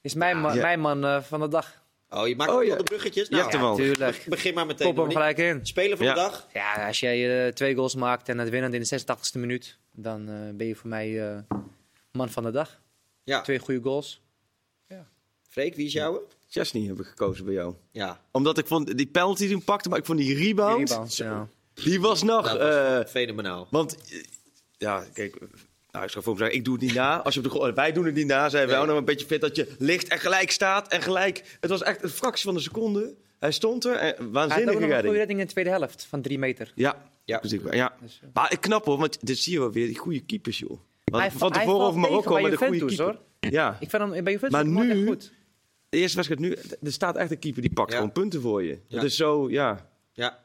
Is mijn, man-
Ja.
mijn man eh, van de dag.
Oh, je maakt
Oh,
ook
ja.
wel de bruggetjes.
Je
Nou,
hebt hem al.
Tuurlijk.
begin maar meteen.
Kop hem
Donnie.
gelijk in.
Speler van
Ja.
de dag.
Ja, als jij eh, twee goals maakt en het winnend in de 86e minuut, dan eh, ben je voor mij eh, man van de dag.
Ja.
Twee goede goals.
Freek, wie is jouwe?
Chesney heb ik gekozen bij jou.
Ja,
Omdat ik vond die penalty toen pakte, maar ik vond die
Die
rebound,
rebounds, ja.
die was nog...
dat
eh,
was fenomenaal.
want, eh, ja, kijk... eh, Nou, ik zou voor hem zeggen, ik doe het niet na. Als je op de, gro- wij doen het niet na, zijn wij
Nee.
ook nog een beetje fit dat je ligt en gelijk staat. En gelijk, het was echt een fractie van een seconde. Hij stond er, en,
Hij had ook
waanzinnige
nog een goede
redding.
redding in de tweede helft van drie meter.
Ja,
Ja.
ja. ja.
Dus, eh,
Maar ik knap hoor, want dit zie je wel weer, die goede keepers joh. Want
Hij
van
valt- hij
tevoren
valt
over Marokko,
tegen
maar
bij
de goede
Juventus,
keeper. Ja,
Ik vind hem bij Juventus
Maar
vond ik hem
nu-
echt goed.
de eerste wedstrijd nu, d- er staat echt een keeper die pakt
Ja.
gewoon punten voor je.
Ja.
Dat is zo, ja.
Ja. Goeie,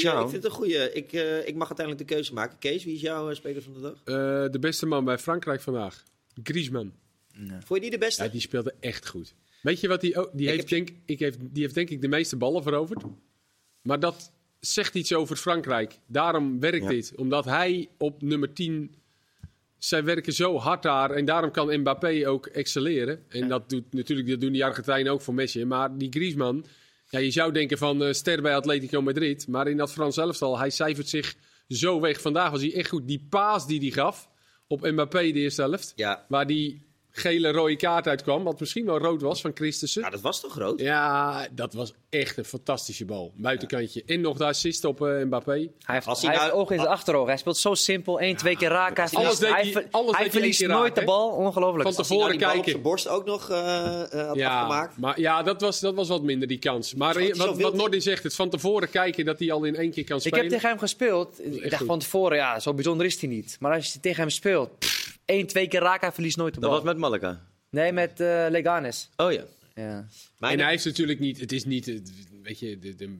Cruciaal.
ik vind het een goede. Ik, eh, ik mag uiteindelijk de keuze maken. Kees, wie is jouw eh, speler van de dag?
Eh, de beste man bij Frankrijk vandaag. Griezmann.
Vond je die de beste?
Ja, die speelde echt goed. Weet je wat die ook... Die,
Ik
heeft, denk, ik heeft, die heeft denk ik de meeste ballen veroverd. Maar dat zegt iets over Frankrijk. Daarom werkt
Ja.
dit. Omdat hij op nummer 10... Zij werken zo hard daar. En daarom kan Mbappé ook excelleren. En dat, doet, natuurlijk, dat doen die Argentijnen ook voor Messi. Maar die Griezmann... Ja, je zou denken van eh, ster bij Atletico Madrid. Maar in dat Frans elftal, hij cijfert zich zo weg. Vandaag was hij echt goed. Die paas die hij gaf op Mbappé de eerste helft.
Ja.
Waar die gele rode kaart uitkwam, wat misschien wel rood was van Christensen.
Ja, dat was toch groot?
Ja, dat was echt een fantastische bal. Buitenkantje. En nog de assist op eh, Mbappé.
Hij heeft,
Als hij
hij heeft
nou-
oog in zijn achteroog. Hij speelt zo simpel. Eén, twee keer raken. Hij
Alles
verliest,
deed
hij
hij-
ver-
alles
hij
deed hij één
verliest
keer
nooit
raak, hè?
de bal. Ongelooflijk.
Van
Als hij nou
tevoren
die bal op zijn
kijken.
borst ook nog eh, eh, had
Ja,
afgemaakt.
maar, ja dat, was, dat was wat minder die kans. Maar eh,
Schoot hij zo
wat,
wild
wat
in?
Nordin zegt, het van tevoren kijken dat hij al in één keer kan
Ik
spelen.
heb tegen hem gespeeld. Ik
echt
dacht
goed.
van tevoren, ja, zo bijzonder is hij niet. Maar als je tegen hem speelt, pff, één, twee keer raken, hij verliest nooit de
Dat
bal.
was met Malaga.
Nee, met eh, Leganes.
Oh ja.
Ja.
Mijn-
En hij heeft natuurlijk niet, het is niet het, weet je, de, de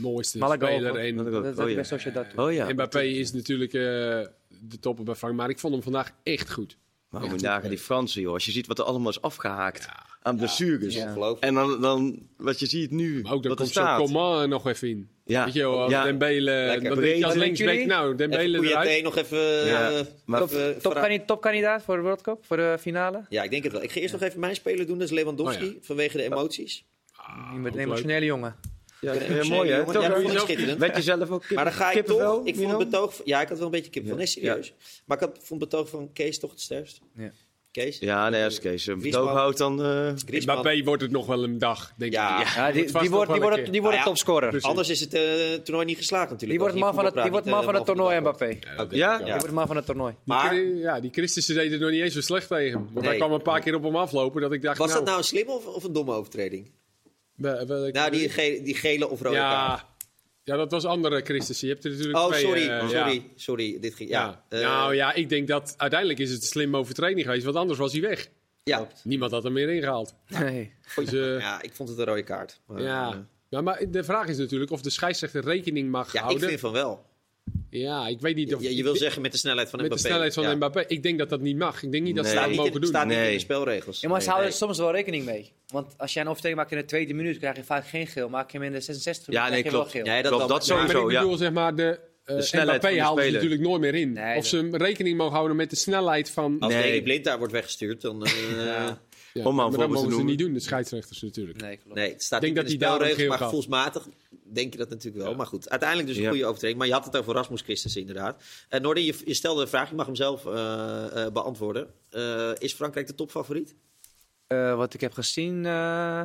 mooiste
Malaga
speler.
ook,
En
Malaga.
Dat, dat
Oh, ja.
best als je dat doet.
Oh ja.
Mbappé is natuurlijk eh, de topper bij Frank. Maar ik vond hem vandaag echt goed.
Maar hoe dagen die Fransen joh, als je ziet wat er allemaal is afgehaakt aan blessures.
Ja.
Ongelooflijk.
En dan, dan, wat je ziet nu,
Maar ook
wat
dan
er
komt zo'n
staat.
Coman er nog even in.
Ja.
Weet je wel,
Ja.
Dembele,
Lekker
dan denk je als
breed.
linksback, nou,
Even
Dembele
Kouyaté
eruit.
nog even...
Ja,
eh,
maar-
even
Top-
vooruit.
topkandi- Topkandidaat voor de World Cup, voor de finale.
Ja, ik denk het wel. Ik ga eerst nog even mijn speler doen, dat is Lewandowski,
Oh
vanwege de emoties.
Ah,
Je bent
ook
een emotionele jongen.
Ja,
Ik ben
heel mooi hè.
emotioneel,
Toch,
jongen. Ja, dat
hè?
vond ik schitterend.
Werd je zelf ook
Maar dan ga ik toch, ik vond het
betoog.
betoog... Ja, ik had wel een beetje kippenvel,
Ja.
nee, serieus. Maar ik had, vond het betoog van Kees toch het sterkst.
Ja.
Kees?
Ja, nee, als Kees hem
Griezmann.
droog houdt, dan... eh,
leuk.
Griezmann.
Mbappé wordt het nog wel een dag, denk
Ja.
ik.
Ja,
Ja, Ah, die,
wordt vast
die
nog
wordt,
wel
die
een
wordt,
keer. Dus
die wordt
Ah, ja.
topscorer.
Anders is het eh, toernooi niet geslaagd natuurlijk.
Die wordt
Als je
man van het,
voetbal
die wordt
praat,
man
niet,
van
eh,
het toernooi,
wordt.
Mbappé.
Ja, dat
Ja?
denk ik
Die
ook.
Ja.
wordt man van het toernooi.
Maar-
Die, Chris- ja, die Christensen deed het nog niet eens zo slecht tegen hem. Want
Nee.
hij kwam een paar keer op hem aflopen dat ik dacht,
Was
nou...
dat nou een slimme of, of een domme overtreding?
we- we-
Nou, die, ge- die gele of rode kaart.
ja, ja, dat was andere Christensen. Je hebt er natuurlijk
Oh,
twee,
sorry,
eh,
sorry,
ja.
sorry. Dit ging,
Ja.
ja, eh,
nou ja, ik denk dat uiteindelijk is het een slimme overtreding geweest, want anders was hij weg.
Ja.
Niemand had hem meer ingehaald.
Nee.
Dus, eh,
ja, ik vond het een rode kaart. Maar,
ja.
eh,
Ja, maar de vraag is natuurlijk of de scheidsrechter rekening mag
ja, ik
houden.
vind van wel.
Ja, ik weet niet of...
Je, je wil zeggen met de snelheid van
Met de
Mbappé.
snelheid van
ja.
Mbappé. Ik denk dat dat niet mag. Ik denk niet dat ze
Nee.
dat
Staat
mogen
niet in,
doen.
staat niet in
Nee.
de spelregels.
Ja, maar ze
Nee,
houden
nee.
er soms wel rekening mee. Want als jij een overtreding maakt in de tweede minuut, krijg je vaak geen geel. Maak je hem in de 66 minuut,
Ja, nee,
krijg je
klopt.
wel geel.
Nee, dat,
Klopt,
wel,
dat
maar-
sowieso.
maar ik
ja.
bedoel, zeg maar, de, eh
De snelheid
Mbappé
van de
haalt ze
speler.
natuurlijk nooit meer in.
Nee,
of ze hem rekening mogen houden met de snelheid van...
Als
Nee.
Daley Blind daar wordt weggestuurd, dan... eh,
Ja,
Om maar een
maar dat
voorbeeld te
mogen ze
noemen.
niet doen, de scheidsrechters natuurlijk.
Nee, klopt.
Nee, het staat
Ik denk
niet in
dat
de
hij daarom
spelregels,
geel
maar
gaf.
gevoelsmatig denk je dat natuurlijk wel. Maar goed, uiteindelijk dus een
Ja.
goede overtreding. Maar je had het over Rasmus Christensen inderdaad. En Noorden, je, je stelde een vraag, je mag hem zelf eh, eh, beantwoorden. Eh, is Frankrijk de topfavoriet?
Eh, wat ik heb gezien, eh,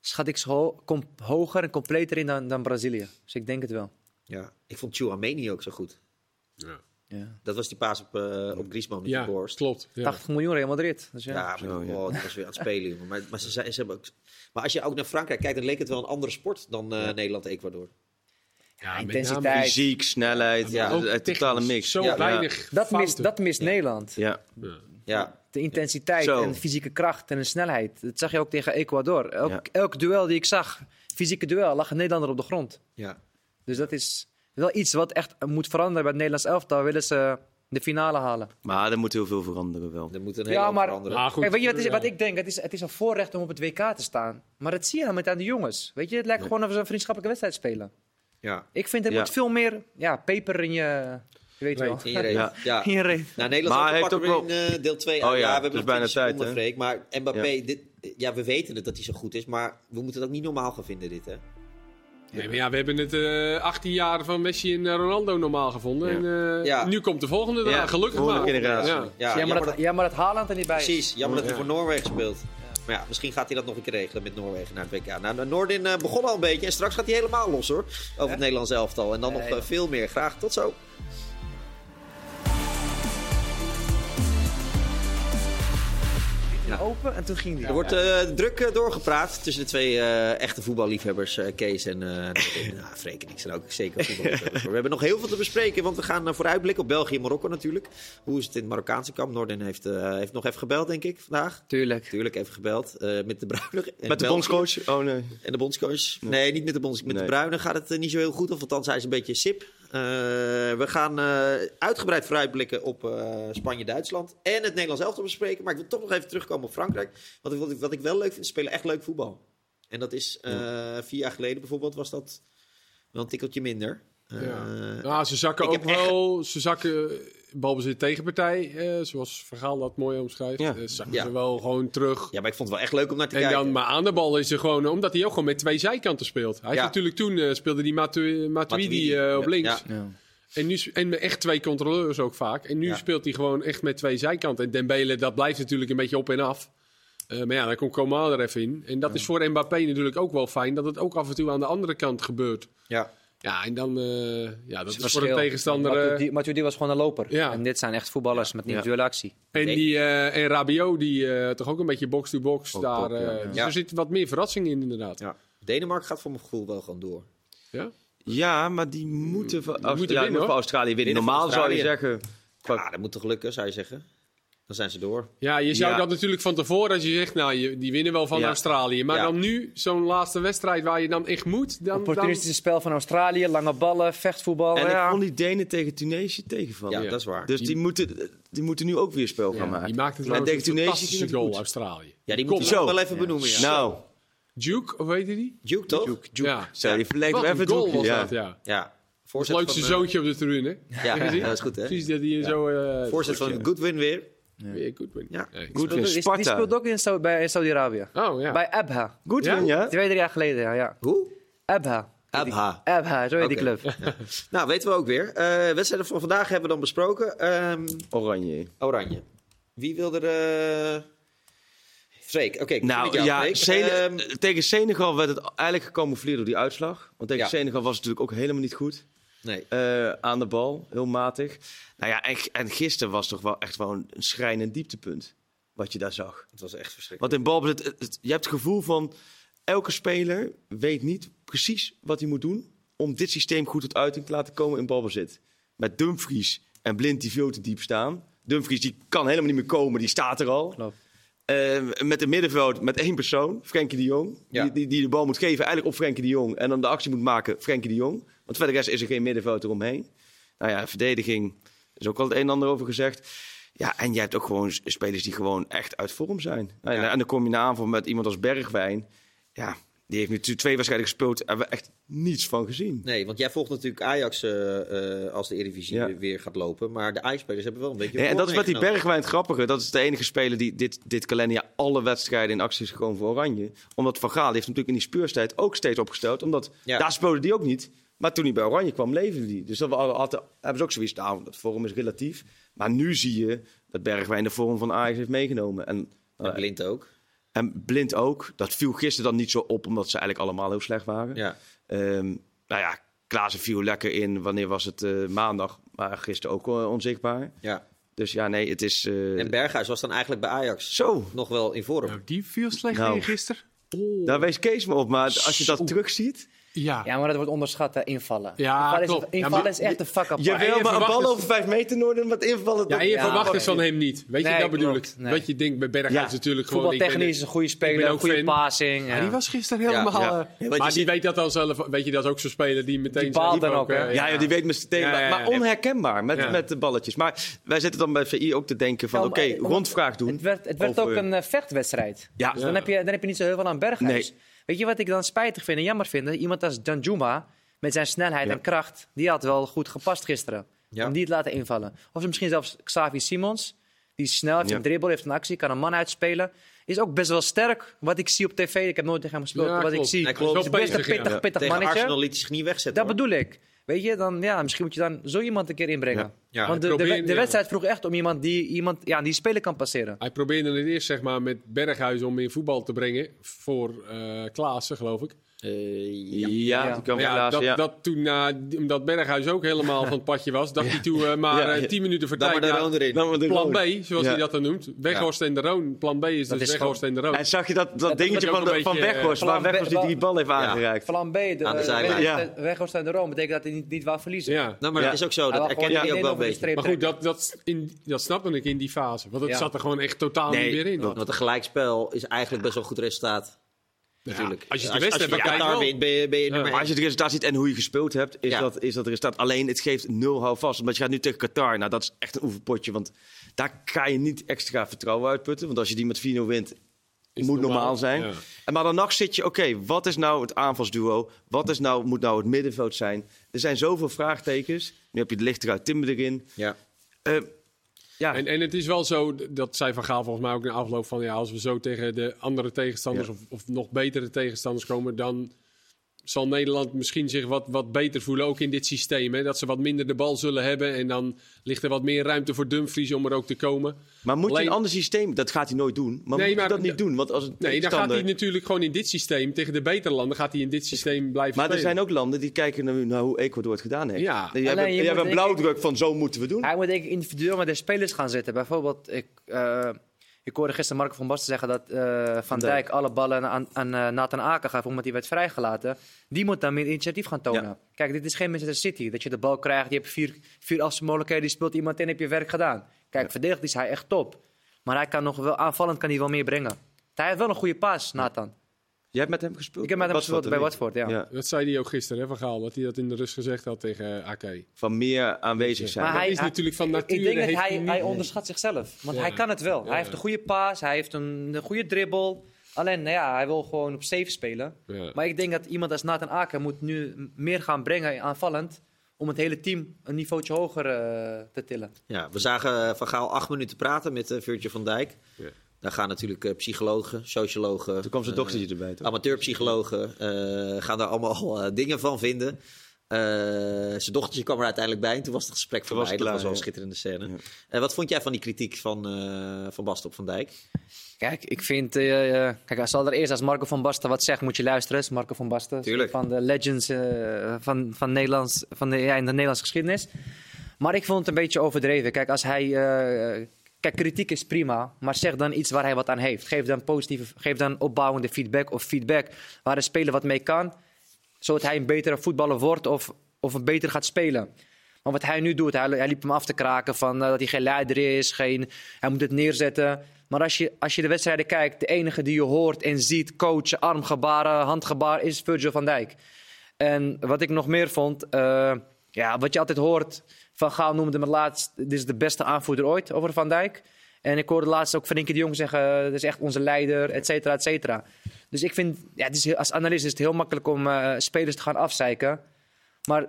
schat ik ze ho- kom- hoger en completer in dan, dan Brazilië. Dus ik denk het wel.
Ja. Ik vond Chouameni ook zo goed.
Ja,
Ja.
Dat was die paas op, eh, op Griezmann met
Ja,
die borst.
klopt. Ja.
80 miljoen Real Madrid. Dus ja.
Ja, maar
Zo, ja.
oh, die was weer aan het spelen. jongen. Maar, maar, ze, zijn- ze hebben ook, maar als je ook naar Frankrijk kijkt, dan leek het wel een andere sport dan eh, Nederland-Ecuador.
Ja, met
intensiteit.
name-
Fysiek, snelheid,
Ja.
ja,
Ook
een totale
technisch.
mix.
Zo
Ja.
weinig
Dat mist,
fouten.
dat mist Nederland.
Ja,
Ja.
Ja,
De intensiteit
Zo.
en de fysieke kracht en de snelheid. Dat zag je ook tegen Ecuador. Elk,
Ja.
elk duel die ik zag, fysieke duel, lag een Nederlander op de grond.
ja.
Dus dat is wel iets wat echt moet veranderen bij het Nederlands elftal. Willen ze de finale halen.
maar er moet heel veel veranderen wel.
er moet een
Ja,
hele hoop
maar-
veranderen.
Maar goed,
Kijk, weet je wat, is,
ja.
wat ik denk? Het is, het is een voorrecht om op het WK te staan. Maar dat zie je helemaal niet aan de jongens. Weet je, het lijkt gewoon of ze een vriendschappelijke wedstrijd spelen.
Ja.
Ik vind het
Ja.
moet veel meer ja, peper in je... Je weet wel.
In je reet.
Ja.
Ja.
In je reet.
Nou, Nederland
Maar
maar
hij heeft
pakken
ook
we in eh, deel 2
Oh ja,
ja, we
het
hebben
is
nog
bijna
20 seconden,
tijd, hè?
Freek. Maar Mbappé,
Ja.
Dit, ja, we weten het dat hij zo goed is. Maar we moeten het ook niet normaal gaan vinden, dit, hè?
Nee, maar ja, we hebben het eh 18 jaar van Messi en eh, Ronaldo normaal gevonden.
Ja.
En, eh,
Ja.
Nu komt de volgende
Ja,
eraan, gelukkig
volgende
maar.
generatie.
Ja.
Ja,
jammer,
jammer
dat, jammer dat Haaland er niet bij is.
Precies, jammer dat hij
Ja.
voor Noorwegen speelt. Maar ja, misschien gaat hij dat nog een keer regelen met Noorwegen naar het WK. Nou, de Noordin eh, begon al een beetje en straks gaat hij helemaal los hoor. Over het Nederlands elftal. En dan nog
Ja,
eh,
ja.
veel meer. Graag tot zo.
Open en toen ging die.
Er wordt eh, druk eh, doorgepraat tussen de twee eh, echte voetballiefhebbers, eh, Kees en eh Noordin. nou, Freek en ik zijn ook zeker voetballiefhebbers. Maar we hebben nog heel veel te bespreken, want we gaan eh, vooruitblikken op België en Marokko natuurlijk. Hoe is het in het Marokkaanse kamp? Noordin heeft, eh, heeft nog even gebeld, denk ik, vandaag.
Tuurlijk.
Natuurlijk even gebeld eh, met de Bruinig.
Met de bondscoach? Oh nee.
En de bondscoach? Nee, niet met de bondscoach. Met
Nee.
de Bruinen gaat het eh, niet zo heel goed. Of althans, hij is een beetje sip. Eh, we gaan eh, uitgebreid vooruitblikken op eh, Spanje-Duitsland. En het Nederlands elftal bespreken. Maar ik wil toch nog even terugkomen op Frankrijk. Want wat ik, wat ik wel leuk vind, ze spelen echt leuk voetbal. En dat is eh, vier jaar geleden bijvoorbeeld, was dat wel een tikkeltje minder. Eh,
Ja. Nou, ze zakken
ik
ook
heb echt-
wel. Ze zakken eh, balbezit tegenpartij, eh, zoals Vergaal dat mooi omschrijft.
Ja.
eh, zakken
Ja.
ze wel gewoon terug.
ja, maar ik vond het wel echt leuk om naar te
En
kijken.
dan, maar aan de bal is er gewoon, eh, omdat hij ook gewoon met twee zijkanten speelt. Hij
Ja.
heeft natuurlijk toen eh, speelde die Matu, Matuidi
Matuidi,
eh, op
ja.
links.
Ja.
En, nu, s- en met echt twee controleurs ook vaak. En nu
Ja.
speelt hij gewoon echt met twee zijkanten. En Dembele, dat blijft natuurlijk een beetje op en af. Eh, maar ja, daar komt Coman er even in. En dat is voor Mbappé natuurlijk ook wel fijn, dat het ook af en toe aan de andere kant gebeurt.
Ja.
Ja, en dan, eh, ja, dat is, voor een
Verschil.
tegenstander. eh,
Matuidi- Matuidi was gewoon een loper.
Ja.
En dit zijn echt voetballers met individuele actie.
En,
Nee.
die, eh, en Rabiot, die eh, toch ook een beetje box-to-box
Oh,
daar.
top, ja,
eh,
ja.
Dus
Ja.
er zit wat meer verrassing in, inderdaad. Ja.
ja. Denemarken gaat voor mijn gevoel wel gewoon door.
Ja, maar die moeten van, Aust-
moeten
ja,
winnen,
die moeten van Australië winnen.
Winnen van
Normaal zou je
Australië.
zeggen...
Ja, Ah, dat moet toch lukken, zou je zeggen? Dan zijn ze door.
je zou
Ja.
dat natuurlijk van tevoren, als je zegt, nou, je, die winnen wel van
Ja.
Australië. Maar
Ja.
dan nu, zo'n laatste wedstrijd waar je dan echt moet. Dan, dan,
Opportunistische spel van Australië, lange ballen, vechtvoetbal.
En
ja.
ik vond die Denen tegen Tunesië tegenvallen.
Ja, dat is waar.
Dus die moeten, die moeten nu ook weer spel gaan maken.
die maakt het
en
trouwens
tegen
een
Tunesië
fantastische
ging het
goal,
goed.
Australië.
Ja, die
Kom,
moeten we
zo.
nog wel even benoemen. Ja.
Nou,
Duke, of weet je die?
Duke toch?
Ja.
zo, die verlengt
Wat
hem even
een
het
goal was
hoekje, ja.
dat, ja.
Ja.
Het
Voorzet
leukste
van, eh,
zoontje op de tribune.
Ja,
Heb je gezien?
dat is goed, hè?
Precies, dat hij zo... eh,
Voorzet
het
van
hoekje-
Goodwin weer.
Weer goed win.
Ja.
Nee.
Goed
Die
in
speelt- Die
Sparta.
speelde ook in, Sau- bij in Saudi-Arabië.
Oh, ja.
Bij Abha.
Goed
Ja?
win, ja?
Twee, drie jaar geleden, ja. ja.
Hoe?
Abha.
Abha.
Abha, zo heet die
Oké.
club.
Nou, weten we ook weer. Eh wedstrijden van vandaag hebben we dan besproken. Ehm,
Oranje.
oranje. Wie wil er... eh Freek. Oké, ik begin met
Nou
jou,
ja,
Freek.
Sene-
Ehm,
tegen Senegal werd het eigenlijk gecamoufleerd door die uitslag. Want tegen
Ja.
Senegal was het natuurlijk ook helemaal niet goed.
nee.
Eh, aan de bal, heel matig. Nou ja, en, en gisteren was toch wel echt wel een, een schrijnend dieptepunt. Wat je daar zag.
Het was echt verschrikkelijk.
Want in balbezit, het- het- je hebt het gevoel van... Elke speler weet niet precies wat hij moet doen... om dit systeem goed tot uiting te laten komen in balbezit. Met Dumfries en Blind die veel te diep staan. Dumfries die kan helemaal niet meer komen, die staat er al.
Klopt.
eh, met een middenveld met één persoon, Frenkie de Jong.
Ja.
Die, die, die de bal moet geven eigenlijk op Frenkie de Jong. En dan de actie moet maken, Frenkie de Jong. Want verder rest is er geen middenveld eromheen. Nou ja, verdediging is ook al het een en ander over gezegd. Ja, en je hebt ook gewoon s- spelers die gewoon echt uit vorm zijn. Nou ja, En dan kom je na aanval met iemand als Bergwijn. Ja, die heeft nu t- twee wedstrijden gespeeld en we echt niets van gezien.
Nee, want jij volgt natuurlijk Ajax eh, eh, als de Eredivisie
Ja.
weer gaat lopen. Maar de Ajax-spelers hebben wel een beetje...
Ja, en dat is wat die
meegenomen.
Bergwijn het grappige. Dat is de enige speler die dit, dit kalenderjaar alle wedstrijden in actie is gekomen voor Oranje. Omdat Van Gaal die heeft hem natuurlijk in die speurstijd ook steeds opgesteld. Omdat
Ja.
daar speelde die ook niet. Maar toen hij bij Oranje kwam, leefde die. Dus dat we al- altijd, hebben ze ook zoiets. Nou, dat vorm is relatief. Maar nu zie je dat Bergwijn de vorm van Ajax heeft meegenomen. En,
En Blind ook.
en Blind ook. Dat viel gisteren dan niet zo op, omdat ze eigenlijk allemaal heel slecht waren.
Ja.
Ehm, nou ja, Klaassen viel lekker in. Wanneer was het? eh, maandag. Maar gisteren ook eh, onzichtbaar.
ja.
Dus ja, nee, het is... eh,
En Berghuis was dan eigenlijk bij Ajax
zo,
nog wel in vorm.
Nou, die viel slecht
Nou.
in gisteren. Oh.
daar wees Kees me op. Maar als je
Zo.
dat terugziet...
Ja.
Ja, maar dat wordt onderschat, hè, invallen.
Ja,
invallen is,
klopt. Ja,
invallen
maar-
is echt een vak apart.
Oh, Je dus-
en
wil
je
maar een
verwacht
bal
het-
over vijf meter noorden en wat invallen.
Ja,
dat-
en je
Ja,
verwacht
oké.
het van hem niet. Weet
Nee,
je, dat bedoel
klopt.
ik.
Nee.
Wat je denkt bij Berghuis
Ja.
is natuurlijk gewoon... ik ben
Voetbaltechnisch is
de-
een goede
ik ben
speler,
ook
goede
fan.
passing.
Ja,
Ja.
die was gisteren helemaal...
Ja.
eh,
Ja, want je
Maar die
ziet-
weet dat dan zelf. Weet je, dat is ook zo'n speler die meteen...
Die
zijn
baalt
diep
dan ook, hè?
eh,
ja, ja, die weet me steeds.
Ja, ja, ja.
Maar onherkenbaar met,
Ja.
met de balletjes. Maar wij zitten dan bij VI ook te denken van...
Ja,
Oké,
maar- maar-
rondvraag doen.
Het werd, het werd
over-
ook een eh, vechtwedstrijd.
Ja.
Dus dan heb, je, dan heb je niet zo heel veel aan Berghuis.
Nee.
Weet je wat ik dan spijtig vind en jammer vind? Iemand als Danjuma, met zijn snelheid
Ja.
en kracht, die had wel goed gepast gisteren.
Ja.
Om die te laten invallen. Of misschien zelfs Xavi Simons, die is snel heeft
Ja.
een dribbel, heeft een actie, kan een man uitspelen. Is ook best wel sterk, wat ik zie op tv. Ik heb nooit tegen hem gespeeld,
Ja,
wat ik
klopt.
zie.
Hij
Het
klopt.
is best een
Bezig, ja.
pittig,
Ja.
pittig
Tegen
mannetje.
Arsenal liet hij zich niet wegzetten.
Dat
hoor.
bedoel ik. Weet je, dan, ja, misschien moet je dan zo iemand een keer inbrengen.
Ja. Ja,
Want de, de,
probeer-
de
ja.
wedstrijd vroeg echt om iemand die, iemand, ja, die spelen kan passeren.
Hij probeerde het eerst zeg maar, met Berghuis om in voetbal te brengen voor eh Klaassen, geloof ik.
Eh, ja,
Ja.
die kan
Ja,
helaas,
dat,
ja.
dat toen, na- omdat Berghuis ook helemaal van het padje was, dacht hij toen eh, maar
Ja,
eh,
ja.
10 minuten voor
Dan maar
tijd.
de
ja,
Roon erin.
Dan wordt er
plan
Nou, gewoon-
B, zoals
Ja.
hij dat dan noemt. Weghorst en de Roon. Plan B is
Dat
dus
is
Weghorst en de Roon.
En zag je dat, dat
dat
dingetje
was ook
van, de-
een
van
beetje,
Weghorst?
eh,
Waar Weghorst die
Plan-
die bal heeft aangereikt.
Plan B, de,
Aan de
eh,
zijlijn.
Weghorst-
Ja.
Weghorst uit de Rome, betekent dat hij niet, niet wou verliezen.
Ja.
Nou, maar
Ja.
dat is ook zo. Dat
Hij wou
herken
gewoon
je ook
iedereen
wel een
over de
beetje.
streep
Maar goed,
trekken.
dat, dat, in, dat snapte ik in die fase. Want het
Ja.
zat er gewoon echt totaal
Nee,
niet meer in.
klopt.
Want een gelijkspel is eigenlijk best wel een goed resultaat.
Ja,
Natuurlijk.
Als je de wedstrijd
als je
bekijkt
Qatar
wel.
wint, ben je, ben je nummer
Maar als je
één.
het resultaat ziet en hoe je gespeeld hebt, is,
Ja.
dat, is dat resultaat. Alleen het geeft nul houvast. Omdat je gaat nu tegen Qatar. Nou, dat is echt een oefenpotje. Want daar ga je niet extra vertrouwen uitputten. Want als je die met 4-0 wint,
het
moet normaal,
normaal,
zijn.
ja.
En maar dan nog zit je, oké, wat is nou het aanvalsduo? Wat is nou, moet nou het middenveld zijn? Er zijn zoveel vraagtekens. Nu heb je de lichter uit Timber erin.
Ja.
Eh, ja,
En, en het is wel zo, d- dat zei Van Gaal volgens mij ook in de afloop van... ja, als we zo tegen de andere tegenstanders
Ja.
of, of nog betere tegenstanders komen... dan zal Nederland misschien zich wat, wat beter voelen, ook in dit systeem. Hè? Dat ze wat minder de bal zullen hebben en dan ligt er wat meer ruimte voor Dumfries om er ook te komen.
maar moet je
alleen-
een ander systeem? Dat gaat hij nooit doen. Maar
Nee,
moet je
maar
dat niet
de-
doen? Want als het
Nee, dan gaat
tegenstander-
hij natuurlijk gewoon in dit systeem, tegen de betere landen, gaat hij in dit systeem blijven
Maar er
spelen.
zijn ook landen die kijken naar, naar hoe Ecuador het gedaan heeft.
Ja.
Jij
Alleen,
hebt,
je
jij
moet
hebt een
denken-
blauwdruk van zo moeten we doen.
Hij moet denk ik individueel met de spelers gaan zitten. Bijvoorbeeld, ik, eh, ik hoorde gisteren Marco van Basten zeggen dat eh, Van
Dijk.
Dijk alle ballen aan, aan eh, Nathan Aken gaf, omdat hij werd vrijgelaten. Die moet dan meer initiatief gaan tonen.
Ja.
Kijk, dit is geen Manchester City. Dat je de bal krijgt, je hebt vier, vier afstandsmogelijkheden, die speelt iemand in, heb je werk gedaan. Kijk, verdedigd is hij echt top. Maar hij kan nog wel, aanvallend kan hij wel meer brengen. Hij heeft wel een goede paas, Nathan.
Jij hebt met hem gespeeld?
Ik heb met hem gespeeld bij
Watford,
Watford, ja.
Dat zei hij ook gisteren, hè, Van Gaal, dat hij dat in de rust gezegd had tegen AK.
Van meer aanwezig zijn.
dat is natuurlijk van
Ik
nature
denk dat
heeft
hij,
hij niet-
hij onderschat zichzelf. Want
Ja.
hij kan het wel.
Ja.
Hij heeft een goede paas, hij heeft een, een goede dribbel. Alleen, nou ja, hij wil gewoon op safe spelen.
Ja.
Maar ik denk dat iemand als Nathan Aken moet nu m- meer gaan brengen aanvallend... om het hele team een niveautje hoger eh, te tillen.
ja, we zagen eh, Van Gaal acht minuten praten met eh Virgil van Dijk.
Ja.
Daar gaan natuurlijk eh, psychologen, sociologen...
Toen kwam zijn
eh,
dochtertje erbij. Toch?
Amateurpsychologen eh, gaan daar allemaal eh, dingen van vinden. Eh, zijn dochtertje kwam er uiteindelijk bij en toen was het gesprek
Toen was
voorbij.
het
dat was
klaar,
wel een
ja.
schitterende scène.
Ja.
Eh, wat vond jij van die kritiek van, eh van Bast op Van Dijk?
Kijk, ik vind... eh, eh, kijk, als allereerst als Marco van Basten wat zegt, moet je luisteren. Dat is Marco van Basten.
Tuurlijk.
Van de legends eh, van, van, Nederlands, van de, ja, in de Nederlandse geschiedenis. Maar ik vond het een beetje overdreven. Kijk, als hij... eh, kijk, kritiek is prima. Maar zeg dan iets waar hij wat aan heeft. Geef dan positieve... Geef dan opbouwende feedback of feedback waar de speler wat mee kan. Zodat hij een betere voetballer wordt of, of een beter gaat spelen. Maar wat hij nu doet, hij, hij liep hem af te kraken van eh, dat hij geen leider is, geen, hij moet het neerzetten. Maar als je, als je de wedstrijden kijkt, de enige die je hoort en ziet, coach, armgebaren, handgebaar, is Virgil van Dijk. En wat ik nog meer vond, eh, ja, wat je altijd hoort, Van Gaal noemde hem laatst, dit is de beste aanvoerder ooit over Van Dijk. En ik hoorde laatst ook Frenkie de Jong zeggen, dit is echt onze leider, et cetera, et cetera. Dus ik vind, ja, het is, heel- als analist is het heel makkelijk om eh, spelers te gaan afzeiken. Maar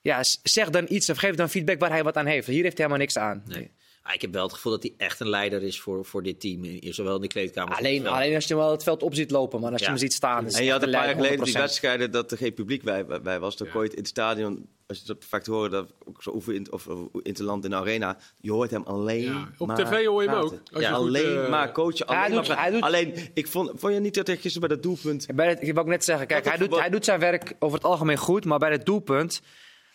ja, s- zeg dan iets of geef dan feedback waar hij wat aan heeft. Hier heeft hij helemaal niks aan.
Nee. Ah, ik heb wel het gevoel dat hij echt een leider is voor, voor dit team. in- Zowel in de kleedkamer. als op het
Alleen,
veld.
alleen als je hem wel het veld op ziet lopen, maar als
Ja.
je hem ziet staan. is
En je
hij
had een paar jaar
leider,
geleden die
100%.
wedstrijden dat er geen publiek bij, bij was. Dan
Ja.
kon je het in het stadion, als je dat perfect hoorde, dat ook zo oefen in, of, of in het land in de arena. Je hoort hem alleen
Ja, op
maar
tv hoor je hem
praten.
ook. Als
Ja,
je goed,
alleen
eh,
maar coachen. Alleen,
hij
maar
doet-
praten.
hij doet-
alleen, ik vond, vond je niet dat hij gisteren bij dat doelpunt...
Bij het, ik wil ook net zeggen, kijk,
Dat
hij
het
doet,
gewoon-
hij doet zijn werk over het algemeen goed, maar bij het doelpunt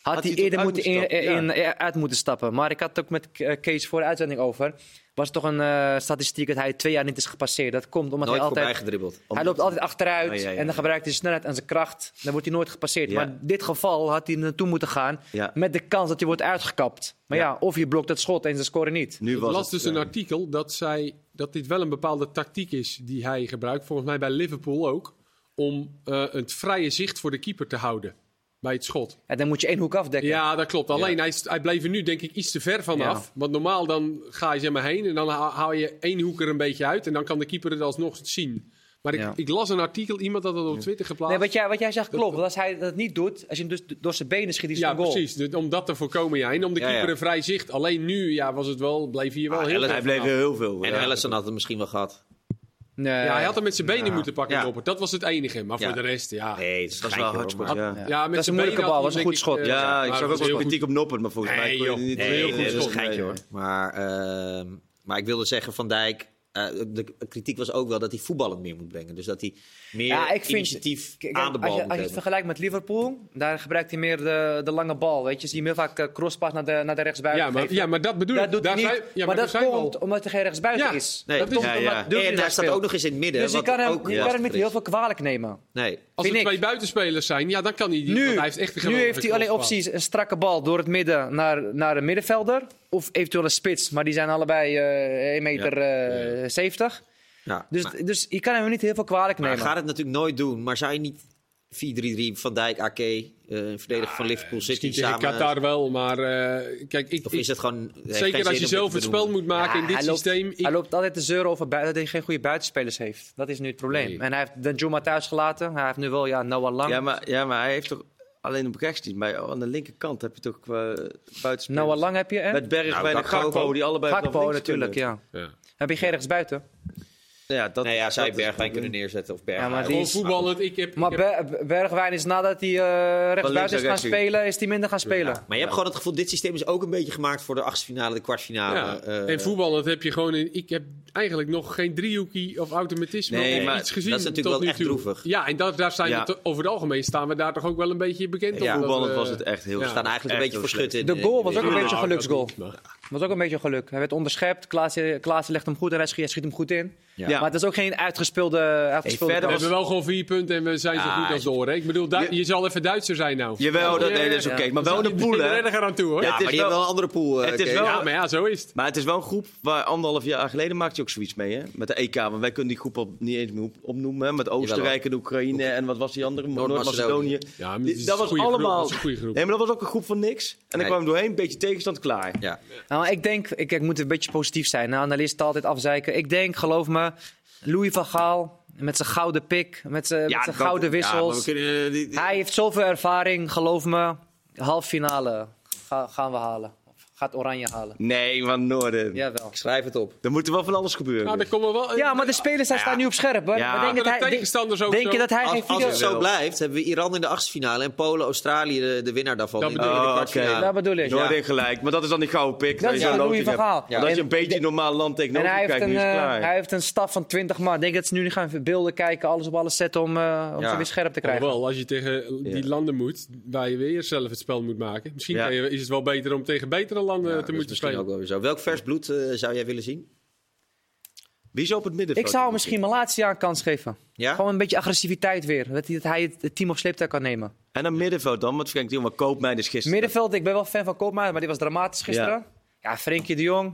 had,
Had
hij
hij toch
eerder
uit
moeten
moeten
in,
stappen,
in- eh, uit moeten stappen. Maar ik had het ook met eh, Kees voor de uitzending over. Was toch een eh, statistiek dat hij twee jaar niet is gepasseerd. Dat komt omdat
Nooit
hij
voorbij
altijd.
gedribbeld.
Hij loopt altijd achteruit
Oh, ja, ja,
en
ja.
dan gebruikt hij zijn snelheid en zijn kracht. Dan wordt hij nooit gepasseerd.
Ja.
Maar in dit geval had hij naartoe moeten gaan
Ja.
met de kans dat hij wordt uitgekapt. Maar ja, of je blokt dat schot en ze scoren niet.
Nu
Ik
was
las
het,
dus een
eh,
artikel dat, zij, dat dit wel een bepaalde tactiek is die hij gebruikt. Volgens mij bij Liverpool ook. Om eh, het vrije zicht voor de keeper te houden. Bij het schot.
En dan moet je één hoek afdekken.
Ja, dat klopt. Alleen hij, is- hij bleef er nu denk ik iets te ver vanaf. Want normaal dan ga je zeg maar heen en dan ha- haal je één hoek er een beetje uit. En dan kan de keeper het alsnog zien. Maar ik,
Ja.
ik las een artikel, iemand had dat op Twitter geplaatst.
Nee, wat, jij, wat jij zegt klopt. Want als hij dat niet doet, als je hem dus door zijn benen schiet, is het
ja,
een goal.
precies. Dus om dat te voorkomen, ja. En om de
Ja,
keeper
ja.
een vrij zicht. Alleen nu ja, was het wel, bleef hier wel
Ah,
heel...
Ellis-
Hij bleef heel veel.
En
ja.
Ellison had het misschien wel gehad.
Nee.
Ja, hij had hem met zijn benen
Ja.
moeten pakken,
Eh, Ja.
Robert. Dat was het enige. Maar
Ja.
voor de rest, ja.
Nee, het is
Dat is
geintje,
wel
hoor,
hard sport,
maar-
ja.
Ja,
Ja,
met
Dat is
zijn
een moeilijke
benen had
bal, was
hij
een goed
denk ik,
schot.
eh, maar
ik
het
zag ook
was
wel
heel
kritiek
goed.
op Noppert, maar volgens mij
Nee,
kon je
joh.
niet
Nee,
Heel
nee,
goed
dat is een
schot.
geintje hoor. Maar, ehm, maar ik wilde zeggen, Van Dijk... eh, de kritiek was ook wel dat hij voetballend meer moet brengen. Dus dat hij meer
Ja, ik vind-
initiatief
Kijk,
aan de bal
als,
moet
je, als je het
hebben.
vergelijkt met Liverpool, daar gebruikt hij meer de, de lange bal. Weet je, zie je hem heel vaak eh, crosspas naar de, naar de rechtsbuiten.
Ja, maar,
geven.
ja, maar dat bedoel
dat
ik.
doet
Daar
hij niet.
zijn- ja,
maar,
daar
dat
zijn we al.
komt omdat er geen rechtsbuiten
Ja,
is.
Nee,
dat is-
ja,
ja,
ja.
maar
En
doe niet
hij
dat
staat
speel.
ook nog eens in het midden.
dus je
wat
kan hem,
ook
je kan hem
lastig
niet
is.
heel veel kwalijk nemen.
Nee.
Als er
Vind ik.
twee buitenspelers zijn, ja, dan kan hij die. want
Nu,
hij heeft echt een
nu
geweldige
heeft hij alleen
crosspaas.
opties een strakke bal door het midden naar, naar een middenvelder. Of eventueel een spits, maar die zijn allebei eh 1,70 meter. eh, 70.
Ja,
Dus,
maar-
dus je kan hem niet heel veel kwalijk
Maar
nemen.
hij gaat het natuurlijk nooit doen. Maar zou je niet 4-3-3 van Dijk, AK, eh verdediger van Liverpool City
Ah, Misschien tegen
samen...
Qatar wel, maar eh, kijk, ik,
Of
ik-
is het gewoon... heeft geen
zeker
zin
als je
om
zelf
te
het
benoemen?
spel moet maken
Ja,
in dit
hij loopt-
systeem. ik-
Hij loopt altijd te zeuren over bui- dat hij geen goede buitenspelers heeft. Dat is nu het probleem.
Nee.
En hij heeft Danjuma thuis gelaten. Hij heeft nu wel ja, Noah Lang.
Ja, maar, ja, maar hij heeft toch alleen op rechts niet. Maar aan de linkerkant heb je toch qua buitenspelers.
Noah Lang heb je en
Met Berg
Nou,
bij de
Gakpo.
Gakpo, die allebei vanaf
Gakpo
links
natuurlijk.
kunnen.
Ja.
ja.
Heb je geen rechtsbuiten?
Ja, dat,
Nee, ja, zou je
dat is
Bergwijn
het probleem.
kunnen neerzetten of Bergwijn.
Ja, maar die
Gewoon
is-
voetballend. Ik heb,
Maar
ik heb,
Ber- Bergwijn is nadat hij eh
links
rechtsbuiten is
naar
gaan
rechts ging.
spelen, is hij minder gaan spelen.
Maar je hebt gewoon het gevoel, dit systeem is ook een beetje gemaakt voor de achtste finale, de kwartfinale.
ja.
eh,
en voetballend heb je gewoon. in- ik heb eigenlijk nog geen driehoekie of automatisme
Nee,
of
maar
iets gezien.
dat is natuurlijk
tot
wel
nu
echt
toe.
droevig.
Ja, en dat, daar zijn
Ja.
we to- over het algemeen staan we daar toch ook wel een beetje bekend
Ja,
om. dat
Voetballend
we-
was het echt heel
ja.
We staan eigenlijk een
Echt
beetje voor
heel
schut in.
De goal was ook een
in-
beetje een
Nou, dat
geluksgoal.
niet, maar-
was ook een beetje geluk. Hij werd onderschept. Klaassen, Klaassen legt hem goed en hij schiet, hij schiet hem goed in.
Ja.
Maar het is ook geen uitgespeelde, uitgespeelde
verder
We
kans.
hebben wel gewoon vier punten en we zijn zo
Ja,
goed als door. Hè? Ik bedoel, daar-
Je-
je, zal even Duitser zijn nou.
Jawel, dat, nee, dat is
Ja.
oké. Maar wel in een pool, hè.
er aan toe, hoor.
Ja,
Het
maar
Ja,
is
die
wel-
hebben wel een andere pool. eh,
Het is
Kees.
wel-
maar ja, zo is het.
Maar het is wel een groep waar anderhalf jaar geleden maakte je ook zoiets mee, hè? Met de EK. Want wij kunnen die groep al niet eens meer op- opnoemen. hè, Met Oostenrijk en Oekraïne en wat was die andere?
Noord-Macedonië.
Noord-Macedonië.
Ja, maar
Die-
dit is
dat
een
was
goede groep.
allemaal...
Dat is een goede groep.
Nee, maar dat was ook een groep van niks. En dan
Nee.
kwam je doorheen, een beetje tegenstand, klaar.
Ja.
Nou, maar ik denk, ik, ik moet een beetje positief zijn. Nou, analisten altijd afzeiken. Ik denk, geloof me, Louis van Gaal met zijn gouden pik, met zijn, met zijn
dat-
gouden
ja, maar we
wissels.
kunnen, eh, die- die-
Hij heeft zoveel ervaring, geloof me. Half finale ga- gaan we halen. Of Gaat Oranje halen.
Nee, van Noorden.
Jawel.
Ik schrijf het op.
Er moet er wel van alles gebeuren.
Nou, daar komen we wel.
Ja, maar de spelers hij staan nu op scherp. Hè?
Ja.
Maar denk,
Maar
dat
de
hij,
tegenstanders
denk,
ook
denk je
zo.
dat hij
Als,
geen
als
video...
het zo blijft, hebben we Iran in de achtste finale en Polen, Australië de, de winnaar daarvan.
Dat
in de-
bedoel
in de
ik.
kwartfinale.
Oh, oké.
Dat bedoel ik.
Noorden gelijk. Maar dat is dan die gouden pik.
Dat
je
is
zo'n
de Louis
loting
van
hebt.
Gaal.
Ja.
Dat je
En-
een beetje normaal land
En
tegenover
hij heeft,
kijkt,
een,
nu is het
eh,
klaar.
hij heeft een staf van 20 man. Denk dat ze nu niet gaan beelden kijken, alles op alles zetten om, eh, om
Ja.
ze weer scherp te krijgen.
Wel, als je tegen die
Ja.
landen moet, waar je weer zelf het spel moet maken. Misschien
Ja.
kan je- is het wel beter om tegen betere landen
Ja,
te
dat is
moeten
misschien
spelen.
ook wel weer zo. Welk vers bloed eh, zou jij willen zien?
Wie zou op het middenveld?
Ik zou
moeten?
misschien Malatia een kans geven.
Ja?
Gewoon een beetje agressiviteit weer. Dat hij, dat hij het- het team op sleeptouw kan nemen.
En dan middenveld dan, want Frenkie de Jong, maar koop mij dus gisteren.
Middenveld, ik ben wel fan van Koopmaier, maar die was dramatisch gisteren. Ja, Frenkie de Jong.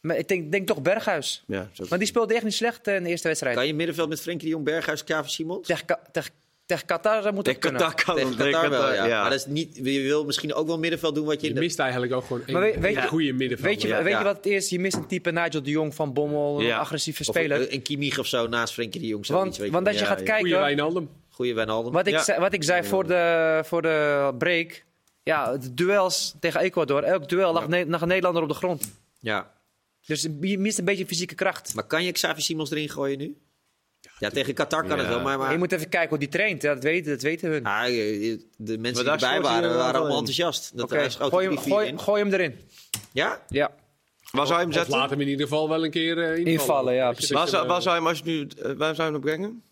Maar ik denk, denk toch Berghuis.
Ja, zo-
Want die speelde echt niet slecht eh, in de eerste wedstrijd.
Kan je middenveld met Frenkie de Jong, Berghuis, Kavi Simons?
Tegen, Ka- tegen, tegen Qatar moet
Tegen
dat kunnen.
Qatar kan
Tegen
hem, tegen
Qatar wel,
Qatar,
ja. Maar dat is niet, je wil misschien ook wel middenveld doen wat je...
Je
in de-
mist eigenlijk ook gewoon
Maar weet-
een,
weet je-
goede middenvelder.
Weet je,
Ja,
weet
ja.
je wat het is? Je mist een type Nigel de Jong van Bommel,
Ja.
een agressieve
Of
speler.
een- Een Kimmich of zo naast Frenkie de Jong.
want
zoiets, weet je
want
wel.
als je
Ja,
gaat
ja.
Goede
kijken,
Wijnaldum.
Goeie Wijnaldum.
wat ik,
Ja.
zei, wat ik zei voor de, voor de break. Ja, de duels tegen Ecuador. Elk duel lag, Ne- lag een Nederlander op de grond.
Ja.
Dus je mist een beetje fysieke kracht.
Maar kan je Xavi Simons erin gooien nu? Ja, tegen Qatar kan
Ja.
het wel, maar... maar...
Je moet even kijken hoe die traint. Ja, dat, weten, dat weten hun.
Ah, je- je- de mensen die
daar
erbij
schoot hij er
waren,
wel
waren
in.
allemaal enthousiast. Dat
Oké,
hij schoot
gooi, hem-
die vier
gooi,
in.
gooi hem erin.
Ja?
Ja,
Waar zou je hem
Of
zetten?
laat hem in ieder geval wel een keer eh, invallen.
invallen. Ja,
Dat je
precies.
Waar
dat
zou,
je,
waar
eh,
zou je hem als je nu, eh, waar zou je hem brengen?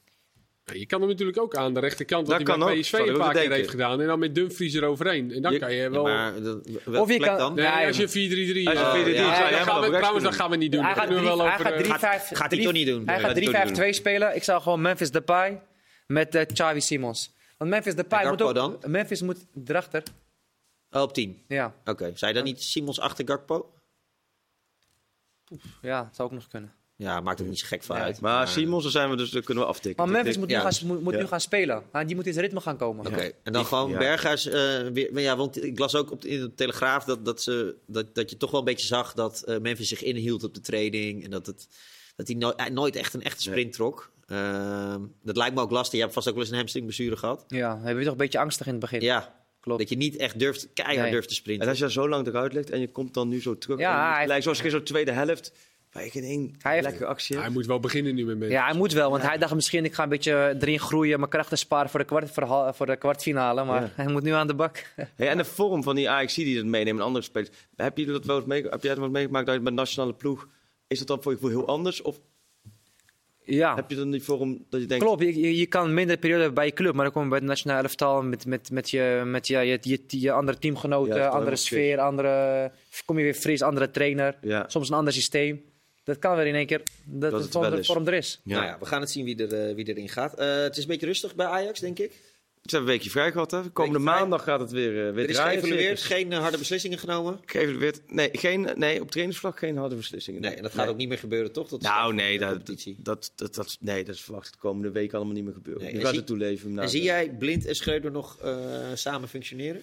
Je kan hem natuurlijk ook aan de rechterkant, wat
Dat
hij
kan
bij
ook.
PSV
Zou ik
een
ook
paar keer
denken.
heeft gedaan. En dan met Dumfries eroverheen. En dan
Je-
kan je
Ja,
wel...
maar de- welke
Of je
plek
kan-
dan?
Nee,
Ja,
als
ja.
je 4-3-3...
Als je
eh,
4-3-3
ja,
zou je
dan
hem
gaan
op
we,
rechts
trouwens, dat
kunnen
gaan we niet doen.
Hij
Dat
gaat
kunnen we wel over, eh,
3-5-2
Gaat- gaat hij toch niet doen? Nee,
dat doen we niet.
spelen. Ik zou gewoon Memphis Depay met eh Xavi Simons. Want Memphis Depay
En
moet ook...
Gakpo
Memphis moet erachter.
Oh, op 10.
Ja,
Oké, zei dan niet Simons achter Gakpo?
ja, dat zou ook nog kunnen.
Ja, maakt ook niet zo gek van
Nee.
uit.
Maar Simons, daar zijn we dus, daar kunnen we aftikken.
Maar Memphis moet,
ja.
nu, gaan, moet, moet
Ja.
nu gaan spelen. Ah, die moet in zijn ritme gaan komen.
Oké, en dan gewoon
ja.
Berghuis eh, weer. Maar ja, want ik las ook op de, in de Telegraaf dat, dat, ze, dat, dat je toch wel een beetje zag dat eh, Memphis zich inhield op de training. En dat, het, dat hij no- eh, nooit echt een echte sprint trok. Ehm, dat lijkt me ook lastig. Je hebt vast ook wel eens een hamstringblessure gehad.
Ja, dan hebben we toch een beetje angstig in het begin.
Ja,
Klopt.
dat je niet echt durft, keihard
Nee.
durft te
En
sprinten.
als je daar zo lang eruit ligt en je komt dan nu zo terug.
Ja,
en het
hij-
lijkt zoals gisteren de tweede helft. Waar je geen één
Hij heeft-
lekkere actie
Hij
hebt.
moet wel beginnen nu met mensen.
Ja, hij moet wel, want hij dacht misschien ik ga een beetje erin groeien, mijn krachten sparen voor de, kwart, verhaal- voor de kwartfinale, maar
Ja.
hij moet nu aan de bak.
Hey, en de vorm van die AXC die dat meenemen en andere spelers. Heb, je dat wel eens mee, heb jij dat wel eens meegemaakt dat je met nationale ploeg... Is dat dan voor je gevoel heel anders? Of
ja,
heb je dan die vorm dat je denkt...
klopt. Je, je- je kan minder periode bij je club, maar dan kom je bij het nationale elftal met, met, met, je, met je, je, je, je andere
Ja,
teamgenoten,
het is wel helemaal
andere sfeer, andere, kom je weer fris, andere trainer,
Ja.
soms een ander systeem. Dat kan weer in één keer, dat,
het
het gewoon
wel
de
is.
vorm er is.
Ja.
Nou ja, we gaan het zien wie, er, eh, wie erin gaat. Eh, het is een beetje rustig bij Ajax, denk ik.
Ze hebben een weekje vrij gehad. Hè? Komende
Weekje vrij.
maandag gaat het weer, eh, weer
Er is
draaien,
geëvalueerd,
zeker.
geen eh, harde beslissingen genomen.
Geëvalueerd. Nee, geen, nee, op trainingsvlak geen harde beslissingen.
Nee, en dat gaat ook niet meer gebeuren, toch? Dat is
Nou,
echt
nee,
een
dat,
competitie.
dat, dat, dat, nee, dat is verwacht het komende week allemaal niet meer gebeuren.
Nee,
Je
en
gaat
zie-
het toeleven.
en zie jij Blind en Schreuder nog eh, samen functioneren?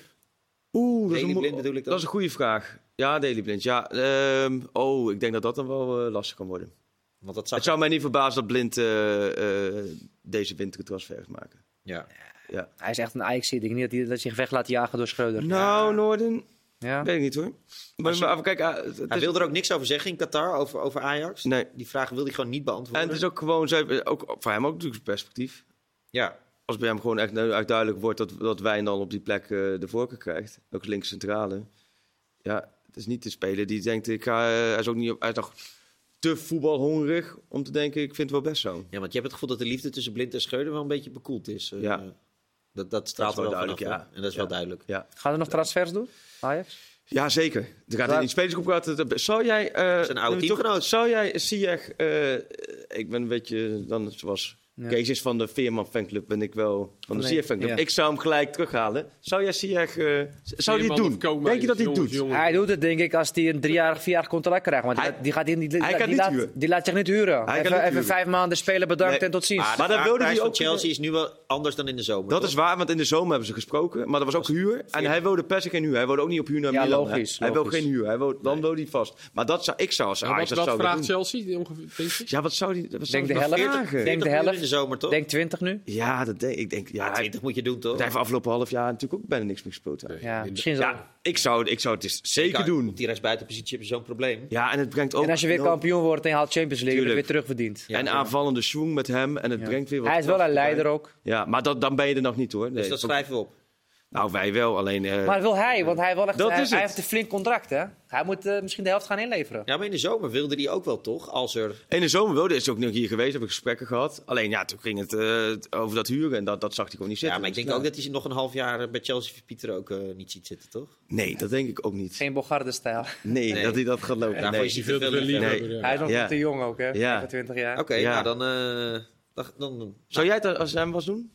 Oeh, dat is,
Daily
een, mo-
Blind bedoel ik dan?
dat is een goede vraag. Ja, Daily Blind. Ja, ehm, oh, ik denk dat dat dan wel eh, lastig kan worden.
Want dat
Het
zag
zou mij niet verbazen dat Blind eh, eh, deze winter een transfer gaat maken.
Ja.
Ja.
Hij is echt een ajax Ik denk niet dat hij dat je weg laat jagen door Schreuder.
Nou, Noorden,
Ja?
weet ik niet hoor. Maar, maar even kijken, ah, het- het
Hij
is-
wil er ook niks over zeggen in Qatar, over, over Ajax.
Nee.
Die vraag wil hij gewoon niet beantwoorden.
En het is ook gewoon, ze hebben- ook, voor hem ook natuurlijk perspectief.
Ja,
Als bij hem gewoon echt, nou, echt duidelijk wordt dat, dat Wijn dan op die plek eh, de voorkeur krijgt. Ook links centrale. Ja, het is niet de speler die denkt, ik ga, eh, hij is ook niet, op- hij is nog te voetbalhongerig om te denken, ik vind het wel best zo.
ja, want je hebt het gevoel dat de liefde tussen Blind en Scheuder wel een beetje bekoeld is. Eh,
Ja.
Dat, dat straalt
Dat is
er
wel
wel
duidelijk,
vanaf.
ja.
hoor. En dat is wel
Ja.
duidelijk.
Ja,
Gaan er nog transfers doen, Ajax?
ja zeker. Er gaat in
Waar-
die spelersgroep gaat het, zou jij... eh,
Zijn oude
nu we toch-
teamgenoot.
Zou jij, Ziyech, eh ik ben een beetje, dan zoals
Ja.
Kees is van de Veerman fanclub, ben ik wel van de
Nee,
Ziyech fanclub.
ja.
Ik zou hem gelijk terughalen. Zou jij Ziyech, eh, z- zou hij het
Veerman
doen?
of Koopmeiners,
Denk je dat hij het
jongens,
doet?
jongens.
Hij doet het, denk ik, als hij een driejarig, vierjarig contract krijgt. Want die
Hij-
gaat- die, gaat hier niet, die,
hij
laat-
kan
die
niet
laat,
huren.
die laat zich niet huren.
Hij kan
even
niet
even
huren.
vijf maanden spelen, bedankt
Nee.
en tot ziens.
Maar,
Maar
de
dat wilde
vraagprijs
hij
van
ook- eh,
Chelsea is nu wel anders dan in de zomer.
Dat
toch?
is waar, want in de zomer hebben ze gesproken. Maar dat was ook huur. En hij wilde per se geen huur. Hij wilde ook niet op huur naar
Ja,
Milan. hè.
logisch,
Hij wilde
logisch.
geen huur. Hij wilde, dan wilde hij vast. Maar dat zou ik zou als
Ja,
Ajax dat
wat wat
zou
vraagt
doen.
Chelsea die ongeveer? denk je?
Ja, wat zou die wat zou
Denk
die
de
nog
helft.
vragen?
Denk
40
de
miljoen
helft.
in de zomer, toch?
Denk 20 nu.
Ja, dat denk ik. Denk, ja,
ja, 20 moet je doen, toch?
hij heeft afgelopen half jaar natuurlijk ook bijna niks meer gespeeld.
Nee.
Ja,
in-
misschien zo.
Ja, ik zou, ik zou het dus zeker
Kijk,
doen.
Op die rechtsbuitenpositie heb je zo'n probleem.
Ja, en het brengt ook...
En als je weer
no-
kampioen wordt en je haalt Champions League, dan
Tuurlijk.
weer terugverdiend.
Ja,
en
ja.
aanvallende swing met hem. En het brengt weer wat...
Hij is wel
kracht
een leider
erbij.
ook.
Ja, maar dat, dan ben je er nog niet hoor. Nee,
Dus dat
ook-
schrijven we op.
Nou, wij wel. Alleen eh,
Maar wil hij, want hij, wil echt,
dat
hij,
is
hij
het.
heeft een flink contract, hè? Hij moet eh, misschien de helft gaan inleveren.
Ja, maar in de zomer wilde die ook wel toch? Als er.
in de zomer wilde is hij ook nog hier geweest. Heb ik gesprekken gehad. Alleen ja, toen ging het eh, over dat huren. En dat, dat zag hij gewoon niet
Ja,
zitten.
maar ik denk
Dus,
ook
nou,
dat hij ze nog een half jaar eh, bij Chelsea of Pieter ook eh, niet ziet zitten, toch?
Nee, dat denk ik ook niet.
Geen Bogarde-stijl.
Nee,
Nee.
dat hij dat gaat lopen.
Daarvoor
nee.
is hij
veel te veel
liefhebber.
Nee.
liefhebber, ja.
Hij is nog
Ja.
te jong ook, hè?
Ja.
25 jaar.
Oké,
Ja.
nou dan, eh, dan, dan
Zou jij dat als je hem was doen?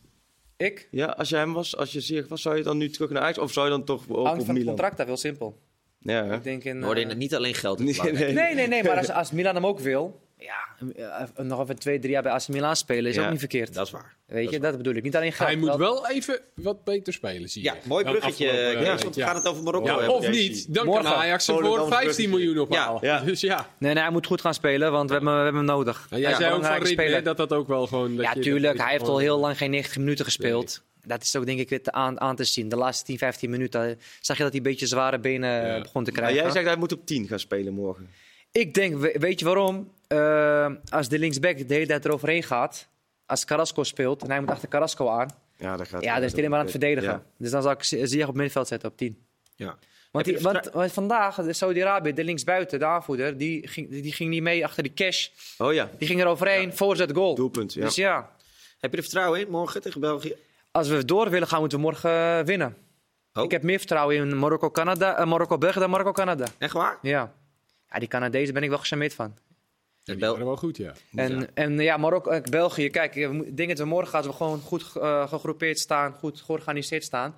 Ik?
Ja, als je hem was, als je zeer was, zou je dan nu terug naar Ajax? Of zou je dan toch op,
Hangt
op
van het
Milan?
contract af, heel simpel.
Ja, hè?
Ik denk in,
hoorde
eh,
je niet alleen geld.
Nee,
Nee,
nee.
Nee, nee, nee, maar als, als Milan hem ook wil, ja, eh, eh, nog even twee, drie jaar bij AC Milan spelen is
Ja,
ook niet verkeerd.
Dat is waar.
Weet je, dat bedoel ik. Niet alleen geld.
Hij moet
dat-
wel even wat beter spelen, zie je.
Ja, mooi
Dan
bruggetje.
afgelopen, eh,
Chris, want we gaan het over Marokko
Ja,
hebben.
of niet, dan
Morgen.
kan Ajax hem voor
Volendam's
15 miljoen ophalen.
Ja, ja.
Dus ja.
Nee, nee, hij moet goed gaan spelen, want we hebben, we hebben hem nodig.
Nou, jij
Ja,
zei ook van
belangrijke
Rin,
speler.
hè, dat dat ook wel gewoon... dat
Ja,
je-
tuurlijk.
dat
Hij
je
heeft al
gewoon-
heel lang geen 90 minuten gespeeld. Dat is ook denk ik weer te aan, aan te zien. De laatste 10, 15 minuten eh, zag je dat hij een beetje zware benen eh,
Ja.
begon te
Maar
krijgen.
jij zegt hij moet op 10 gaan spelen morgen.
Ik denk, we- weet je waarom? Eh, als de linksback de hele tijd eroverheen gaat, als Carrasco speelt en hij moet achter Carrasco aan,
Ja, dat gaat
ja, dan is hij helemaal aan het verdedigen. Dus dan zou ik Zi- Ziyech op middenveld zetten op 10.
Ja.
Want,
Heb
die,
je
want, want vandaag, de Saudi-Arabië, de linksbuiten, de aanvoerder, die ging, die ging niet mee achter de cash.
Ja. Oh ja,
Die ging er overheen, voorzet goal.
doelpunt. Ja.
Dus ja,
Heb je er vertrouwen in morgen tegen België?
als we door willen gaan, moeten we morgen eh, winnen.
Oh.
Ik heb meer vertrouwen in Marokko-Canada, eh, Marokko-België dan Marokko-Canada.
Echt waar?
Ja. ja, die Canadezen ben ik wel gecharmeerd van.
Ja, die
Bel-
waren wel goed, ja.
En,
Ja.
en ja, Marokko, eh, België, kijk, eh, we mo- ik denk dat we morgen als we gewoon goed eh, gegroepeerd staan, goed georganiseerd staan.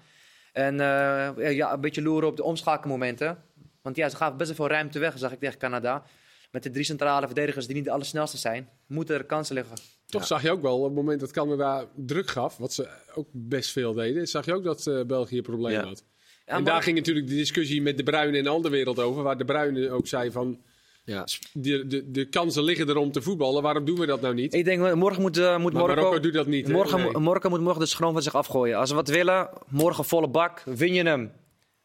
En eh, ja, een beetje loeren op de omschakelmomenten. Want ja, ze gaven best wel veel ruimte weg, zag ik tegen Canada. Met de drie centrale verdedigers die niet de allersnelste zijn, moeten er kansen liggen.
Toch zag je ook wel, op het moment dat Canada druk gaf, wat ze ook best veel deden, zag je ook dat eh, België problemen
Ja.
had.
Ja,
en
maar-
daar ging natuurlijk de discussie met De Bruyne en de andere wereld over, waar De Bruyne ook zei van,
Ja.
de, de, de kansen liggen er om te voetballen, waarom doen we dat nou niet?
Ik denk, eh, morgen moet, eh, moet
Maar
Marokko...
Marokko doet dat niet, hè?
Morgen,
Nee.
Marokko moet morgen de schroom van zich afgooien. Als ze wat willen, morgen volle bak, win je hem.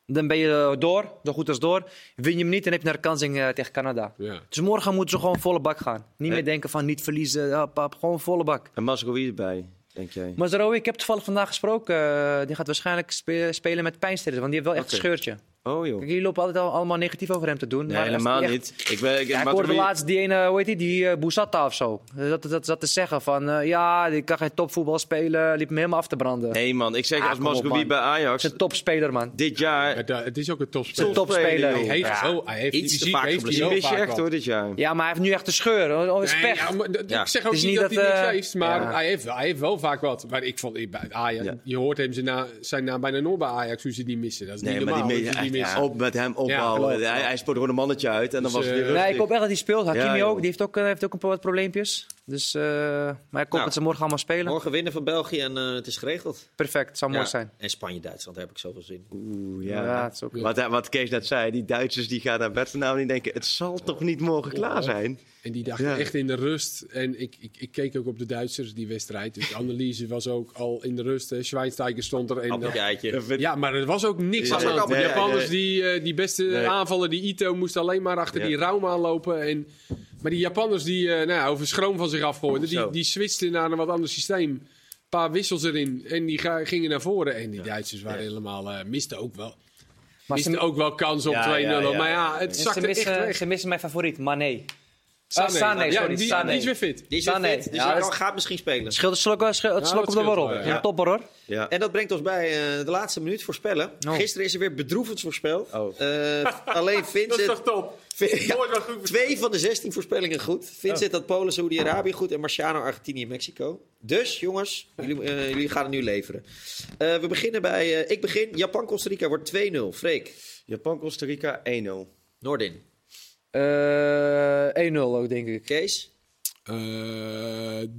Dan ben je eh, door, zo goed als door. Win je hem niet, dan heb je een herkansing eh, tegen Canada.
Ja.
Dus morgen moeten ze gewoon volle bak gaan. Niet meer denken van niet verliezen, hap, hap, gewoon volle bak.
En Masrowi erbij, denk jij?
Maar Zerouwi, ik heb toevallig vandaag gesproken. eh, die gaat waarschijnlijk spe- spelen met pijnstillers, want die heeft wel echt
Oké.
een scheurtje.
Oh joh.
Kijk, jullie lopen altijd al, allemaal negatief over hem te doen.
Nee,
maar als
helemaal
die echt-
niet. Ik, ben, ik,
Ja, ik
maar
hoorde
toen-
laatst die ene, hoe heet die, die eh, Boussatta of zo. Eh, Dat, dat zat te zeggen van, eh, ja, ik kan geen topvoetbal spelen. Liep me helemaal af te branden.
Nee man, ik zeg
Ah,
als
kom op,
Masrowi
man.
bij
Dat
Ajax
is een topspeler, man.
dit jaar...
Het, eh, het is ook een topspeler.
Een topspeler.
joh.
Hij heeft,
Ja.
zo, hij heeft
Iets te
fysiek,
vaak
heeft hij
geblesseerd.
Die
wel
mis je
vaak
echt
wat.
hoor, dit jaar.
Ja, maar hij heeft nu echt een scheur. Oh, oh, is
Nee,
pech.
ja, maar dat-
Ja.
Ik zeg ook
Het is
niet
niet
dat,
dat,
hij niks
eh,
heeft, maar
ja.
hij, heeft, hij heeft wel vaak wat. Maar ik vond, ik- bij Ajax,
Ja.
je hoort hem zijn, na, zijn naam bijna nooit bij Ajax, hoe ze die missen. Dat is
Nee,
niet
maar dus die
normaal,
mee,
hoe ze die
echt,
missen.
op met hem
klopt,
opbouwen.
klopt.
hij, hij spoorde gewoon een mannetje uit en dan
Dus,
was het
eh,
weer rustig.
Nee, ik hoop echt dat hij speelt. Hakimi
Ja, joh.
ook. Die heeft ook, eh, heeft ook een paar wat probleempjes. Dus, eh, maar ik hoop
Nou.
dat ze morgen allemaal spelen.
Morgen winnen van België en eh, het is geregeld.
Perfect, zou mooi zijn.
En Spanje-Duitsland, daar heb ik zoveel zin in.
Oeh,
Ja,
ja.
het is ook...
Wat, hij- wat Kees net zei, die Duitsers die gaan naar bed vanavond en die denken... het zal toch niet morgen klaar zijn?
En die dachten
Ja.
echt in de rust. En ik, ik, ik keek ook op de Duitsers, die wedstrijd. Dus de analyse was ook al in de rust. hè. Schweinsteiger stond er. En, eh,
Appeltje, eitje.
Dat vind-
ja, maar er was ook niks
Ja,
aan de hand. De
nee,
Japanners,
nee.
die, eh, die beste
Nee.
aanvallen, die Ito, moest alleen maar achter
Ja.
die Rauma aanlopen. En, maar die Japanners, die eh, nou, ja, over schroom van zich afgooiden, die,
Zo.
die switchten naar een wat ander systeem. Een paar wissels erin en die ga- gingen naar voren. En die Duitsers waren helemaal, eh, misten ook wel,
Maar ze,
misten ook wel kans op
Ja,
2-0.
ja, ja,
maar ja,
ja.
het
ze,
zakte Oh, echt
missen,
weg.
ze missen mijn favoriet, Mané.
Sané.
Ah, Sané,
ja,
sorry,
die,
Sané.
die is weer fit.
Die is weer
Sané.
fit, dus
Ja,
hij
dat
kan-
is-
gaat misschien spelen.
Scheelt het slok, scheelt het
Ja,
slok
dat
op de
scheelt
borrel.
wel, ja.
Ja. Een topper, hoor.
Ja.
En dat brengt ons bij eh, de laatste minuut voorspellen.
Oh.
Gisteren is er weer bedroevend voorspeld.
Oh.
Eh, alleen Vincent...
top?
Vin- ja,
Nooit wel goed Oh.
twee van de 16 voorspellingen goed. Vincent had Polen, Saudi-Arabië goed. En Marciano, Argentinië, Mexico. Dus jongens, jullie, eh, jullie gaan het nu leveren. Eh, we beginnen bij... eh, ik begin. Japan-Costa Rica wordt 2-0. Freek,
Japan-Costa Rica 1-0.
Noordin,
Eh, 1-0 ook, denk ik.
Kees,
Eh,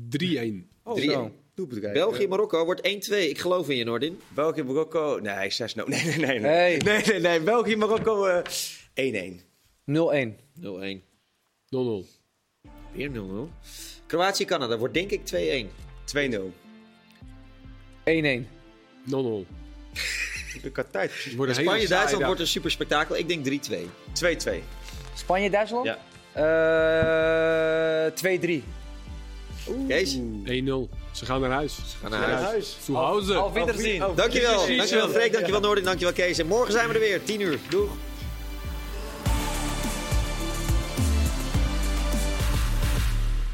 3-1.
Oh,
3-1.
zo.
Doelbedrijf.
België-Marokko wordt 1-2. Ik geloof in je, Noordin.
België-Marokko... Nee, 6-0. Nee, nee, nee. Nee,
Hey.
nee, nee. nee. België-Marokko eh, 1-1.
0-1.
0-1.
0-0.
Weer 0-0. Kroatië-Canada wordt denk ik 2-1.
2-0.
1-1.
0-0.
Ik had tijd.
Het wordt een hele saaie
Spanje-Duitsland
dag.
wordt een super spektakel. Ik denk 3-2.
2-2.
Spanje, Duitsland?
Ja.
Eh, 2-3.
Kees,
1-0. Ze gaan naar huis. Ze
gaan naar huis.
Zu Hause.
Auf Wiedersehen.
Oh,
Dankjewel.
Precies,
Dankjewel
ja.
Freek, dankjewel Noordin, dankjewel Kees. En morgen zijn we er weer, 10 uur. Doeg.